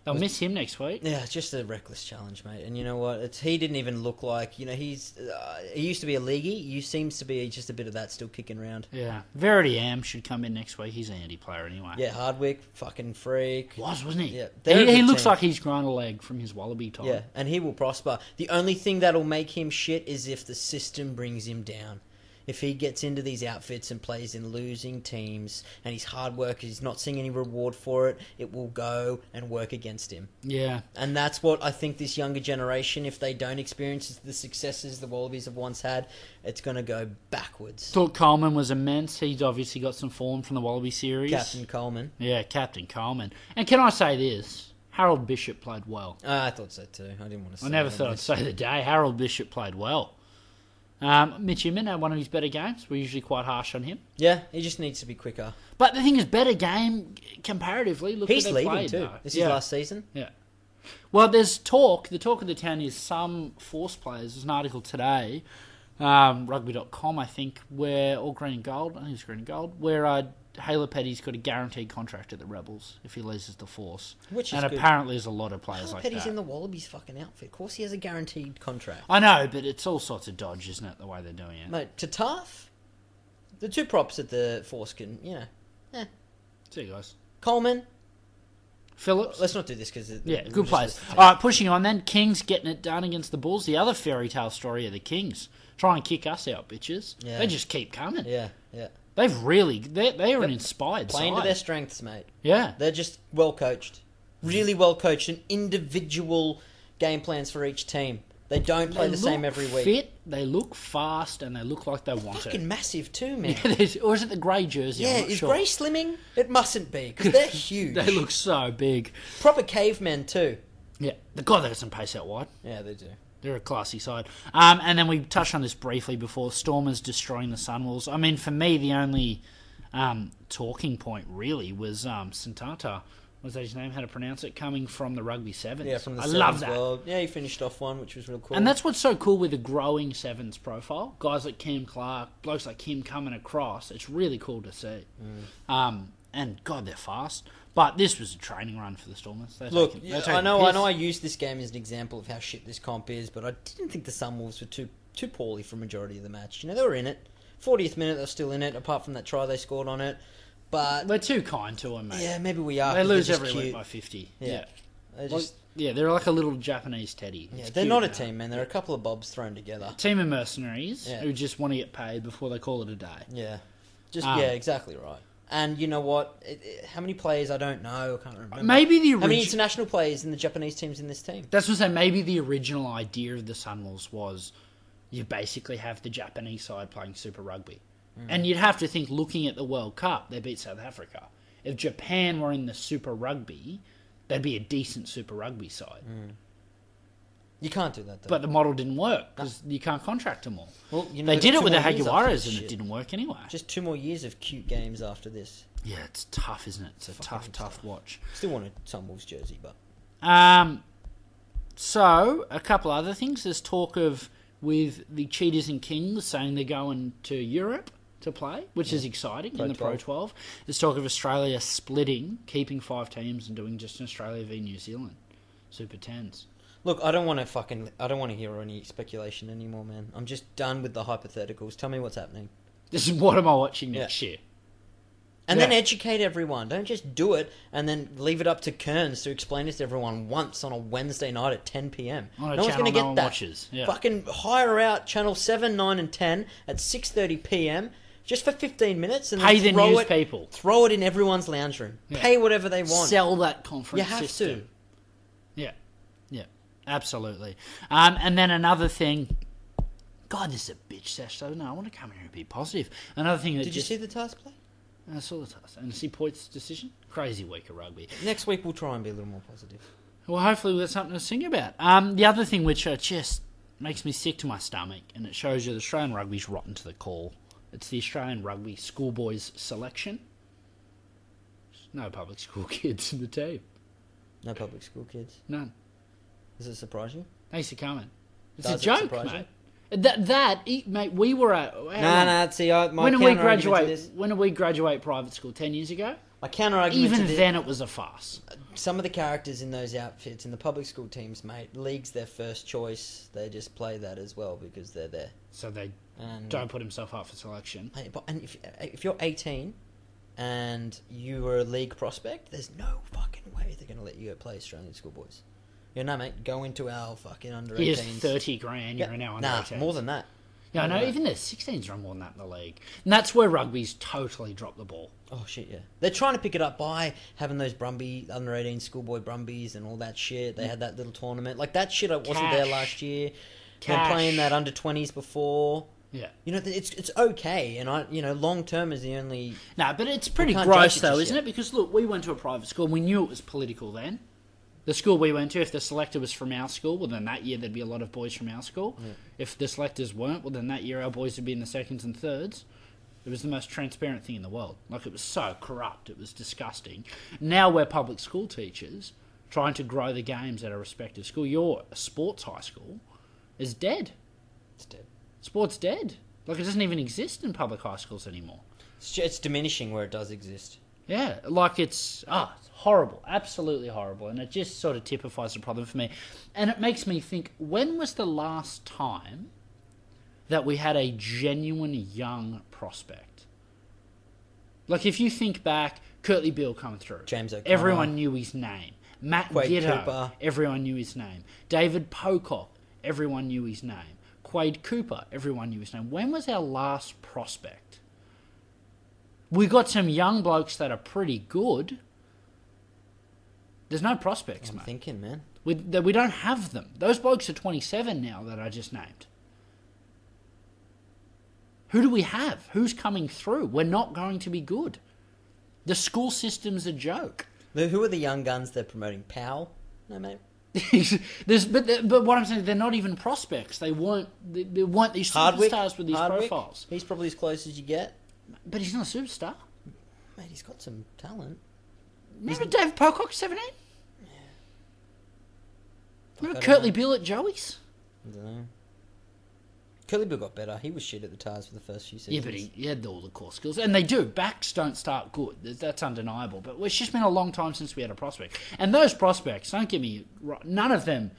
Speaker 4: They'll miss him next week.
Speaker 3: Yeah, it's just a reckless challenge, mate. And you know what? It's he didn't even look like you know he's uh, he used to be a leaguey. You seems to be just a bit of that still kicking around.
Speaker 4: Yeah, Verity Am should come in next week. He's an Andy player anyway.
Speaker 3: Yeah, Hardwick, fucking freak.
Speaker 4: was wasn't he?
Speaker 3: Yeah, they're a
Speaker 4: he, he
Speaker 3: good
Speaker 4: looks
Speaker 3: team.
Speaker 4: like he's grown a leg from his Wallaby time.
Speaker 3: Yeah, and he will prosper. The only thing that'll make him shit is if the system brings him down. If he gets into these outfits and plays in losing teams, and his hard work, he's not seeing any reward for it, it will go and work against him.
Speaker 4: yeah,
Speaker 3: And that's what I think this younger generation, if they don't experience the successes the Wallabies have once had, it's going to go backwards.
Speaker 4: thought Coleman was immense. He's obviously got some form from the Wallaby series.
Speaker 3: Captain Coleman.
Speaker 4: Yeah, Captain Coleman. And can I say this? Harold Bishop played well.
Speaker 3: Ah, I thought so too. I didn't want to say
Speaker 4: I never
Speaker 3: that,
Speaker 4: thought I'd say the day. Harold Bishop played well. Um, Mitch Inman had one of his better games. We're usually quite harsh on him.
Speaker 3: Yeah, he just needs to be quicker.
Speaker 4: But the thing is, better game comparatively. Look,
Speaker 3: He's
Speaker 4: who they
Speaker 3: leaving
Speaker 4: played,
Speaker 3: too.
Speaker 4: though.
Speaker 3: This
Speaker 4: Yeah.
Speaker 3: is last season.
Speaker 4: Yeah. Well, there's talk. The talk of the town is some force players. There's an article today, um, rugby.com, I think, where, or Green and Gold, I think it's Green and Gold, where uh, Halo Petty's got a guaranteed contract at the Rebels if he loses the force.
Speaker 3: Which is
Speaker 4: And
Speaker 3: good.
Speaker 4: apparently there's a lot of players like
Speaker 3: Petty's
Speaker 4: that.
Speaker 3: in the Wallabies fucking outfit. Of course, he has a guaranteed contract.
Speaker 4: I know, but it's all sorts of dodge, isn't it, the way they're doing it?
Speaker 3: Mate, Tataf, the two props at the force can, you know, eh.
Speaker 4: See you guys.
Speaker 3: Coleman,
Speaker 4: Phillips?
Speaker 3: let's not do this because
Speaker 4: Yeah, good players. All right, pushing on then. Kings getting it done against the Bulls. The other fairy tale story of the Kings. Try and kick us out, bitches.
Speaker 3: Yeah.
Speaker 4: They just keep coming.
Speaker 3: Yeah, yeah.
Speaker 4: They've really they they are an inspired
Speaker 3: Playing to
Speaker 4: side.
Speaker 3: their strengths, mate.
Speaker 4: yeah,
Speaker 3: They're just well coached, really well coached, and individual game plans for each team. They don't play
Speaker 4: They
Speaker 3: the same
Speaker 4: look
Speaker 3: every week.
Speaker 4: Fit. They look fast and they look like they want
Speaker 3: Fucking
Speaker 4: it.
Speaker 3: massive too, man.
Speaker 4: There's- or is it the grey jersey?
Speaker 3: Yeah,
Speaker 4: I'm not
Speaker 3: is
Speaker 4: sure.
Speaker 3: Gray slimming? It mustn't be because they're huge.
Speaker 4: They look so big.
Speaker 3: proper cavemen too.
Speaker 4: Yeah, the God they got some pace out wide.
Speaker 3: Yeah, they do.
Speaker 4: They're a classy side. Um, and then we touched on this briefly before. Stormers destroying the Sunwolves. I mean, for me, the only um, talking point really was um, Santata. Was that his name? How to pronounce it? Coming from the rugby sevens.
Speaker 3: Yeah, from the
Speaker 4: I
Speaker 3: sevens
Speaker 4: love that.
Speaker 3: world. Yeah, he finished off one, which was real cool.
Speaker 4: And that's what's so cool with a growing sevens profile. Guys like Kim Clark, blokes like him coming across. It's really cool to see.
Speaker 3: Mm.
Speaker 4: Um, and God, they're fast. But this was a training run for the Stormers. They're
Speaker 3: Look,
Speaker 4: taking- they're
Speaker 3: yeah,
Speaker 4: taking
Speaker 3: I know, I
Speaker 4: piss.
Speaker 3: know, I used this game as an example of how shit this comp is, but I didn't think the Sunwolves were too too poorly for majority of the match. You know, they were in it. 40th minute, they're still in it. Apart from that try they scored on it, but
Speaker 4: We're too kind to them, mate.
Speaker 3: yeah, maybe we are.
Speaker 4: they
Speaker 3: 'cause they're
Speaker 4: lose
Speaker 3: just
Speaker 4: every
Speaker 3: cute.
Speaker 4: week by fifty.
Speaker 3: Yeah.
Speaker 4: Yeah,
Speaker 3: They're
Speaker 4: Like-
Speaker 3: just,
Speaker 4: yeah, they're like a little Japanese teddy.
Speaker 3: yeah,
Speaker 4: It's
Speaker 3: they're
Speaker 4: cute,
Speaker 3: not a
Speaker 4: you know.
Speaker 3: team, man. They're a couple of bobs thrown together.
Speaker 4: Team of mercenaries
Speaker 3: Yeah.
Speaker 4: who just want to get paid before they call it a day.
Speaker 3: Yeah, just
Speaker 4: Um,
Speaker 3: yeah, exactly right. And you know what? It, it- how many players? I don't know. I can't remember.
Speaker 4: Maybe the
Speaker 3: how many
Speaker 4: original.
Speaker 3: international players in the Japanese teams in this team?
Speaker 4: That's what I'm saying. Maybe the original idea of the Sunwolves was you basically have the Japanese side playing Super Rugby,
Speaker 3: Mm.
Speaker 4: and you'd have to think, looking at the World Cup, they beat South Africa. If Japan were in the Super Rugby, they'd be a decent Super Rugby side.
Speaker 3: Mm. You can't do that. Though.
Speaker 4: But the model didn't work because you can't contract them all.
Speaker 3: well, you know,
Speaker 4: They
Speaker 3: they've
Speaker 4: did
Speaker 3: got
Speaker 4: it
Speaker 3: two
Speaker 4: with the
Speaker 3: more years after this
Speaker 4: Haguaras, and
Speaker 3: shit.
Speaker 4: it didn't work anyway.
Speaker 3: Just two more years of cute games after this.
Speaker 4: Yeah, it's tough, isn't it? It's a tough,
Speaker 3: Fucking
Speaker 4: tough watch.
Speaker 3: Still want a Sunwolves jersey, but
Speaker 4: Um, So, a couple other things. There's talk of with the Cheetahs and Kings saying they're going to Europe to play, which is exciting in the Pro
Speaker 3: 12.
Speaker 4: 12. There's talk of Australia splitting, keeping five teams and doing just an Australia v New Zealand Super 10s.
Speaker 3: Look, I don't want to fucking. I don't want to hear any speculation anymore, man. I'm just done with the hypotheticals. Tell me what's happening,
Speaker 4: This is what am I watching next year?
Speaker 3: and then
Speaker 4: Yeah.
Speaker 3: educate everyone. Don't just do it and then leave it up to Kearns to explain this to everyone once on a Wednesday night at 10 p.m.
Speaker 4: On a
Speaker 3: no one's
Speaker 4: channel
Speaker 3: going to
Speaker 4: no
Speaker 3: get
Speaker 4: one
Speaker 3: that.
Speaker 4: watches, yeah.
Speaker 3: Fucking hire out channel seven, nine, and ten at 6:30 p.m. just for 15 minutes and
Speaker 4: Pay the
Speaker 3: then throw
Speaker 4: news
Speaker 3: it,
Speaker 4: people.
Speaker 3: Throw it in everyone's lounge room.
Speaker 4: Yeah.
Speaker 3: Pay whatever they want.
Speaker 4: Sell that conference
Speaker 3: you have
Speaker 4: system.
Speaker 3: to.
Speaker 4: Yeah, yeah, absolutely. Um, and then another thing. God, this is a bitch sesh. So no, I want to come here and be positive. Another thing that
Speaker 3: Did you
Speaker 4: just,
Speaker 3: see the task play?
Speaker 4: I saw the task and see Poit's decision. Crazy week of rugby.
Speaker 3: Next week we'll try and be a little more positive.
Speaker 4: Well, hopefully we've got something to sing about. Um, the other thing which uh, just makes me sick to my stomach, and it shows you the Australian rugby's rotten to the core. It's the Australian rugby schoolboys selection. No public school kids in the team.
Speaker 3: No public school kids.
Speaker 4: None.
Speaker 3: Does it surprise you?
Speaker 4: Thanks for coming. It's
Speaker 3: Does it
Speaker 4: a joke,
Speaker 3: surprise
Speaker 4: mate. That that e- mate, we were at. how
Speaker 3: No,
Speaker 4: long-
Speaker 3: no. See, I, my
Speaker 4: when did we
Speaker 3: counter-argument to
Speaker 4: graduate?
Speaker 3: This,
Speaker 4: When did we graduate private school? Ten years ago.
Speaker 3: my counter argument
Speaker 4: Even
Speaker 3: to this,
Speaker 4: then, it was a farce.
Speaker 3: some of the characters in those outfits in the public school teams, mate, league's their first choice. They just play that as well because they're there.
Speaker 4: So they
Speaker 3: And
Speaker 4: don't put himself up for selection.
Speaker 3: Hey, but- and if if you're 18 and you were a league prospect, there's no fucking way they're going to let you go play Australian schoolboys. You know, mate, go into our fucking under 18s.
Speaker 4: Here's thirty grand. You're an hour
Speaker 3: nah,
Speaker 4: under
Speaker 3: more than that.
Speaker 4: No, no, even the 16s run more than that in the league, and that's where rugby's totally dropped the ball.
Speaker 3: Oh shit, yeah. They're trying to pick it up by having those Brumby under eighteen schoolboy Brumbies and all that shit. They had that little tournament, like that shit. I wasn't there
Speaker 4: Mm. Cash.
Speaker 3: last year.
Speaker 4: Cash.
Speaker 3: They're playing that under twenties before.
Speaker 4: Yeah.
Speaker 3: You know, it's it's okay, and I, you know, long term is the only.
Speaker 4: No, but it's pretty
Speaker 3: can't
Speaker 4: gross,
Speaker 3: judge it
Speaker 4: though,
Speaker 3: just
Speaker 4: isn't
Speaker 3: yet.
Speaker 4: it? Because look, we went to a private school and we knew it was political then. The school we went to, if the selector was from our school, well, then that year there'd be a lot of boys from our school. If the selectors weren't, well, then that year our boys would be in the seconds and thirds. It was the most transparent thing in the world. Like, it was so corrupt, it was disgusting. Now we're public school teachers trying to grow the games at our respective school. Your sports high school is dead.
Speaker 3: It's, dead.
Speaker 4: Sports dead. Like, it doesn't even exist in public high schools anymore.
Speaker 3: it's ju- it's diminishing where it does exist.
Speaker 4: Yeah, like it's ah it's horrible, absolutely horrible, and it just sort of typifies the problem for me, and it makes me think: when was the last time that we had a genuine young prospect? Like, if you think back, Curtly Beale coming through,
Speaker 3: James O'Connor.
Speaker 4: everyone knew his name. Matt
Speaker 3: Quade
Speaker 4: Giddo,
Speaker 3: Cooper.
Speaker 4: everyone knew his name. David Pocock, everyone knew his name. Quade Cooper, everyone knew his name. When was our last prospect? We got some young blokes that are pretty good. There's no prospects,
Speaker 3: I'm
Speaker 4: mate.
Speaker 3: thinking, man.
Speaker 4: We, that we don't have them. Those blokes are 27 now that I just named. Who do we have? Who's coming through? We're not going to be good. The school system's a joke.
Speaker 3: The- Who are the young guns they're promoting? Powell? No, mate.
Speaker 4: There's, but the- but what I'm saying, they're not even prospects. They weren't they, they weren't these
Speaker 3: Hardwick.
Speaker 4: superstars with these
Speaker 3: Hardwick?
Speaker 4: profiles.
Speaker 3: He's probably as close as you get.
Speaker 4: But he's not a superstar.
Speaker 3: Mate, he's got some talent.
Speaker 4: Remember Dave Pocock, 17? Remember
Speaker 3: I don't
Speaker 4: Curtly
Speaker 3: know.
Speaker 4: Bill at Joey's?
Speaker 3: I don't know. Curly Bill got better. He was shit at the tires for the first few
Speaker 4: Yeah,
Speaker 3: seasons.
Speaker 4: but he, he had all the core skills, and they do. Backs don't start good. Th- That's undeniable. But it's just been a long time since we had a prospect, and those prospects, don't get me wrong, none of them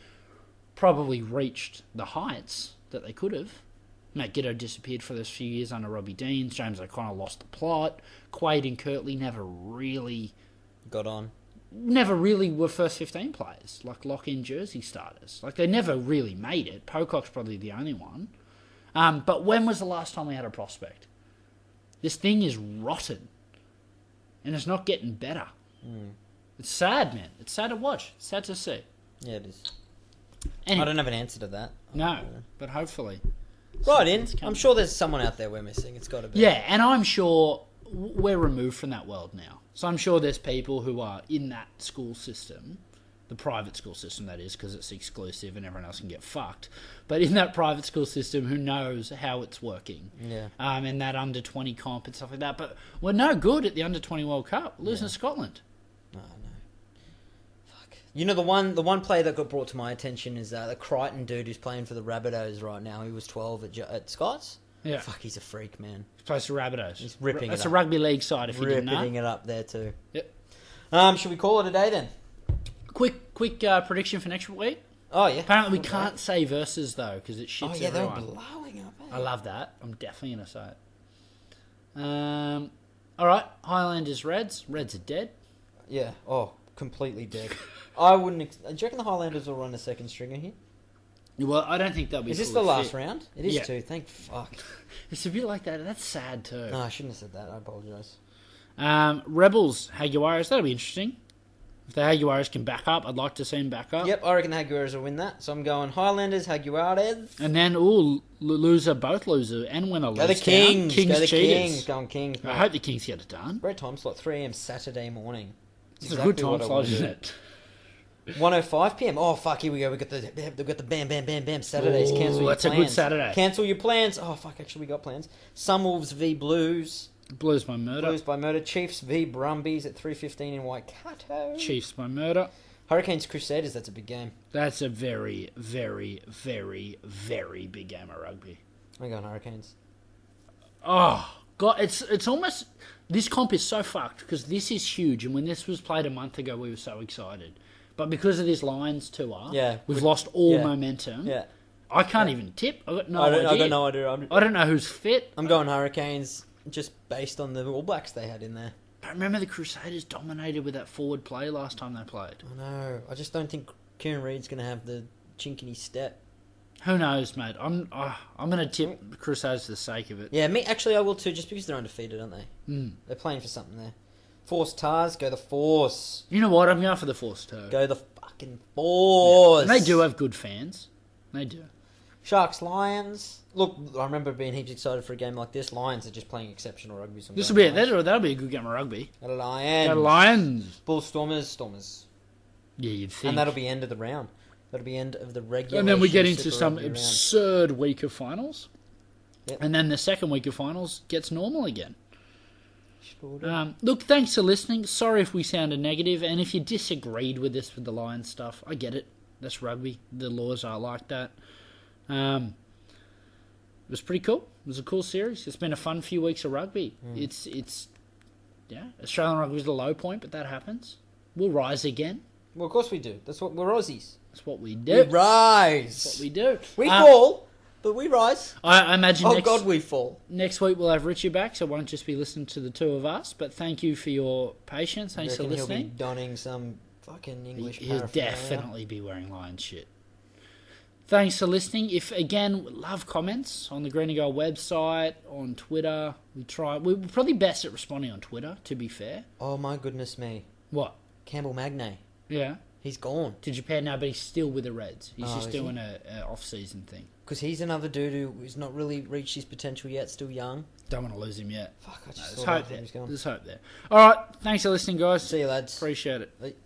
Speaker 4: probably reached the heights that they could have. Matt Giddo disappeared for those few years under Robbie Deans. James O'Connor lost the plot. Quaid and Kirtley never really,
Speaker 3: got on.
Speaker 4: never really were first fifteen players, like lock-in jersey starters. Like they never really made it. Pocock's probably the only one. Um, but when was the last time we had a prospect? This thing is rotten, and it's not getting better.
Speaker 3: Hmm.
Speaker 4: It's sad, man. It's sad to watch. It's sad to see.
Speaker 3: Yeah, it is.
Speaker 4: Anyway,
Speaker 3: I don't have an answer to that. Uh,
Speaker 4: No, but hopefully.
Speaker 3: Right in.
Speaker 4: coming.
Speaker 3: I'm sure there's someone out there we're missing. It's got to be.
Speaker 4: Yeah, and I'm sure w- we're removed from that world now. So I'm sure there's people who are in that school system, the private school system that is, because it's exclusive and everyone else can get fucked. But in that private school system, who knows how it's working?
Speaker 3: Yeah.
Speaker 4: Um, and that under 20 comp and stuff like that. But we're no good at the under 20 World Cup. We're losing to Scotland.
Speaker 3: Oh, no. Fuck. You know the one the one player that got brought to my attention is uh, the Crichton dude who's playing for the Rabbitohs right now. He was twelve at, Jo- at Scots.
Speaker 4: Yeah.
Speaker 3: Fuck, he's a freak, man.
Speaker 4: Close to Rabbitohs.
Speaker 3: He's ripping
Speaker 4: That's
Speaker 3: it
Speaker 4: a
Speaker 3: up.
Speaker 4: rugby league side, if you didn't
Speaker 3: Ripping
Speaker 4: know.
Speaker 3: it up there too.
Speaker 4: Yep.
Speaker 3: Um, should we call it a day then?
Speaker 4: Quick, quick uh, prediction for next week.
Speaker 3: Oh yeah.
Speaker 4: Apparently, we
Speaker 3: Okay.
Speaker 4: can't say verses though because it shits
Speaker 3: Oh yeah, they
Speaker 4: everyone.
Speaker 3: were blowing up. eh?
Speaker 4: I love that. I'm definitely gonna say it. Um, all right, Highlanders Reds. Reds are dead.
Speaker 3: Yeah. Oh, completely dead. I wouldn't. Ex- do you reckon the Highlanders will run a second stringer here?
Speaker 4: Well, I don't think they'll be.
Speaker 3: Is this
Speaker 4: full
Speaker 3: the
Speaker 4: of
Speaker 3: last
Speaker 4: shit.
Speaker 3: round? It is
Speaker 4: Yeah.
Speaker 3: two. Thank fuck.
Speaker 4: It's a bit like that. That's sad too.
Speaker 3: No, I shouldn't have said that. I apologise.
Speaker 4: Um, Rebels Haguaras. That'll be interesting. If the Haguaras can back up, I'd like to see them back up.
Speaker 3: Yep, I reckon the Haguaras will win that. So I'm going Highlanders, Haguares.
Speaker 4: And then, ooh, lo- loser, both loser, and winner.
Speaker 3: Go the
Speaker 4: lose down.
Speaker 3: Kings.
Speaker 4: Kings
Speaker 3: Go the
Speaker 4: cheaters.
Speaker 3: Kings. Going Kings.
Speaker 4: I
Speaker 3: mate.
Speaker 4: hope the Kings get it done.
Speaker 3: Great time slot, 3 a.m. Saturday morning.
Speaker 4: It's a good time slot, isn't it?
Speaker 3: 105 p.m. Oh fuck, here we go. We got the we got the bam bam bam bam Saturdays.
Speaker 4: Ooh,
Speaker 3: Cancel your
Speaker 4: that's a good
Speaker 3: plans.
Speaker 4: Saturday.
Speaker 3: Cancel your plans. Oh fuck, actually we got plans. Sunwolves v Blues.
Speaker 4: Blues by murder.
Speaker 3: Blues by Murder. Chiefs v Brumbies at 3:15 in Waikato.
Speaker 4: Chiefs by murder.
Speaker 3: Hurricanes Crusaders. That's a big game.
Speaker 4: That's a very, very, very, very big game of rugby.
Speaker 3: I'm going Hurricanes.
Speaker 4: Oh God, it's it's almost this comp is so fucked because this is huge, and when this was played a month ago, we were so excited, but because of this Lions tour,
Speaker 3: Yeah,
Speaker 4: we've
Speaker 3: we-
Speaker 4: lost all
Speaker 3: yeah.
Speaker 4: momentum.
Speaker 3: Yeah.
Speaker 4: I can't even tip. I got Hmm? no
Speaker 3: I don't.
Speaker 4: idea. Uh,
Speaker 3: I got no idea. I'm,
Speaker 4: I don't know who's fit.
Speaker 3: I'm going Hurricanes just based on the All Blacks they had in there.
Speaker 4: I remember the Crusaders dominated with that forward play last time they played.
Speaker 3: I know. I just don't think Kieran Reid's going to have the chink in his step.
Speaker 4: Who knows, mate? I'm uh, I'm gonna tip the Crusaders for the sake of it.
Speaker 3: Yeah, me actually I will too, just because they're undefeated, aren't they?
Speaker 4: Mm.
Speaker 3: They're playing for something there. Force Tars, go the Force.
Speaker 4: You know what? I'm going for the Force too.
Speaker 3: Go the fucking Force.
Speaker 4: And they do have good fans. They do.
Speaker 3: Sharks, Lions. Look, I remember being heaps excited for a game like this. Lions are just playing exceptional rugby. so I'm
Speaker 4: This will be
Speaker 3: going
Speaker 4: it. That'll, that'll be a good game of rugby.
Speaker 3: Lions. Go Lions.
Speaker 4: The Lions.
Speaker 3: Bull Stormers, Stormers.
Speaker 4: Yeah, you'd think.
Speaker 3: And that'll be end of the round. That'll be end of the regular.
Speaker 4: And then we get into
Speaker 3: Super
Speaker 4: some
Speaker 3: Rugby round.
Speaker 4: absurd week of finals.
Speaker 3: Yep.
Speaker 4: And then the second week of finals gets normal again.
Speaker 3: Sure do.
Speaker 4: Um, look, thanks for listening. Sorry if we sounded negative, and if you disagreed with this with the Lions stuff, I get it. That's rugby. The laws are like that. Um, it was pretty cool. It was a cool series. It's been a fun few weeks of rugby.
Speaker 3: Mm.
Speaker 4: It's it's yeah. Australian rugby was the low point, but that happens. We'll rise again.
Speaker 3: Well, of course we do. That's what we're Aussies.
Speaker 4: That's what we
Speaker 3: We
Speaker 4: do.
Speaker 3: rise.
Speaker 4: That's what we do.
Speaker 3: We
Speaker 4: Um,
Speaker 3: fall, but we rise.
Speaker 4: I, I imagine
Speaker 3: Oh
Speaker 4: next
Speaker 3: God, we fall.
Speaker 4: next week we'll have Richie back, so it won't just be listening to the two of us. But thank you for your patience. Thanks for
Speaker 3: Reckon he'll be
Speaker 4: listening.
Speaker 3: donning some fucking
Speaker 4: He-
Speaker 3: English.
Speaker 4: He'll
Speaker 3: paraphernalia.
Speaker 4: definitely be wearing lion shit. Thanks for listening. If again, love comments on the Green and Gold website, on Twitter. We try. We're probably best at responding on Twitter. To be fair,
Speaker 3: Oh my goodness me,
Speaker 4: what?
Speaker 3: Campbell Magne,
Speaker 4: Yeah,
Speaker 3: he's gone
Speaker 4: to Japan now, but he's still with the Reds. He's
Speaker 3: Oh,
Speaker 4: just
Speaker 3: is he?
Speaker 4: doing a, a off-season thing.
Speaker 3: because he's another dude who's not really reached his potential yet. Still young.
Speaker 4: Don't want to lose him yet.
Speaker 3: Fuck, I
Speaker 4: No,
Speaker 3: just
Speaker 4: there's
Speaker 3: saw that when
Speaker 4: hope
Speaker 3: he
Speaker 4: there.
Speaker 3: was gone.
Speaker 4: There's hope there. All right. Thanks for listening, guys.
Speaker 3: See you, lads.
Speaker 4: Appreciate it.
Speaker 3: Bye.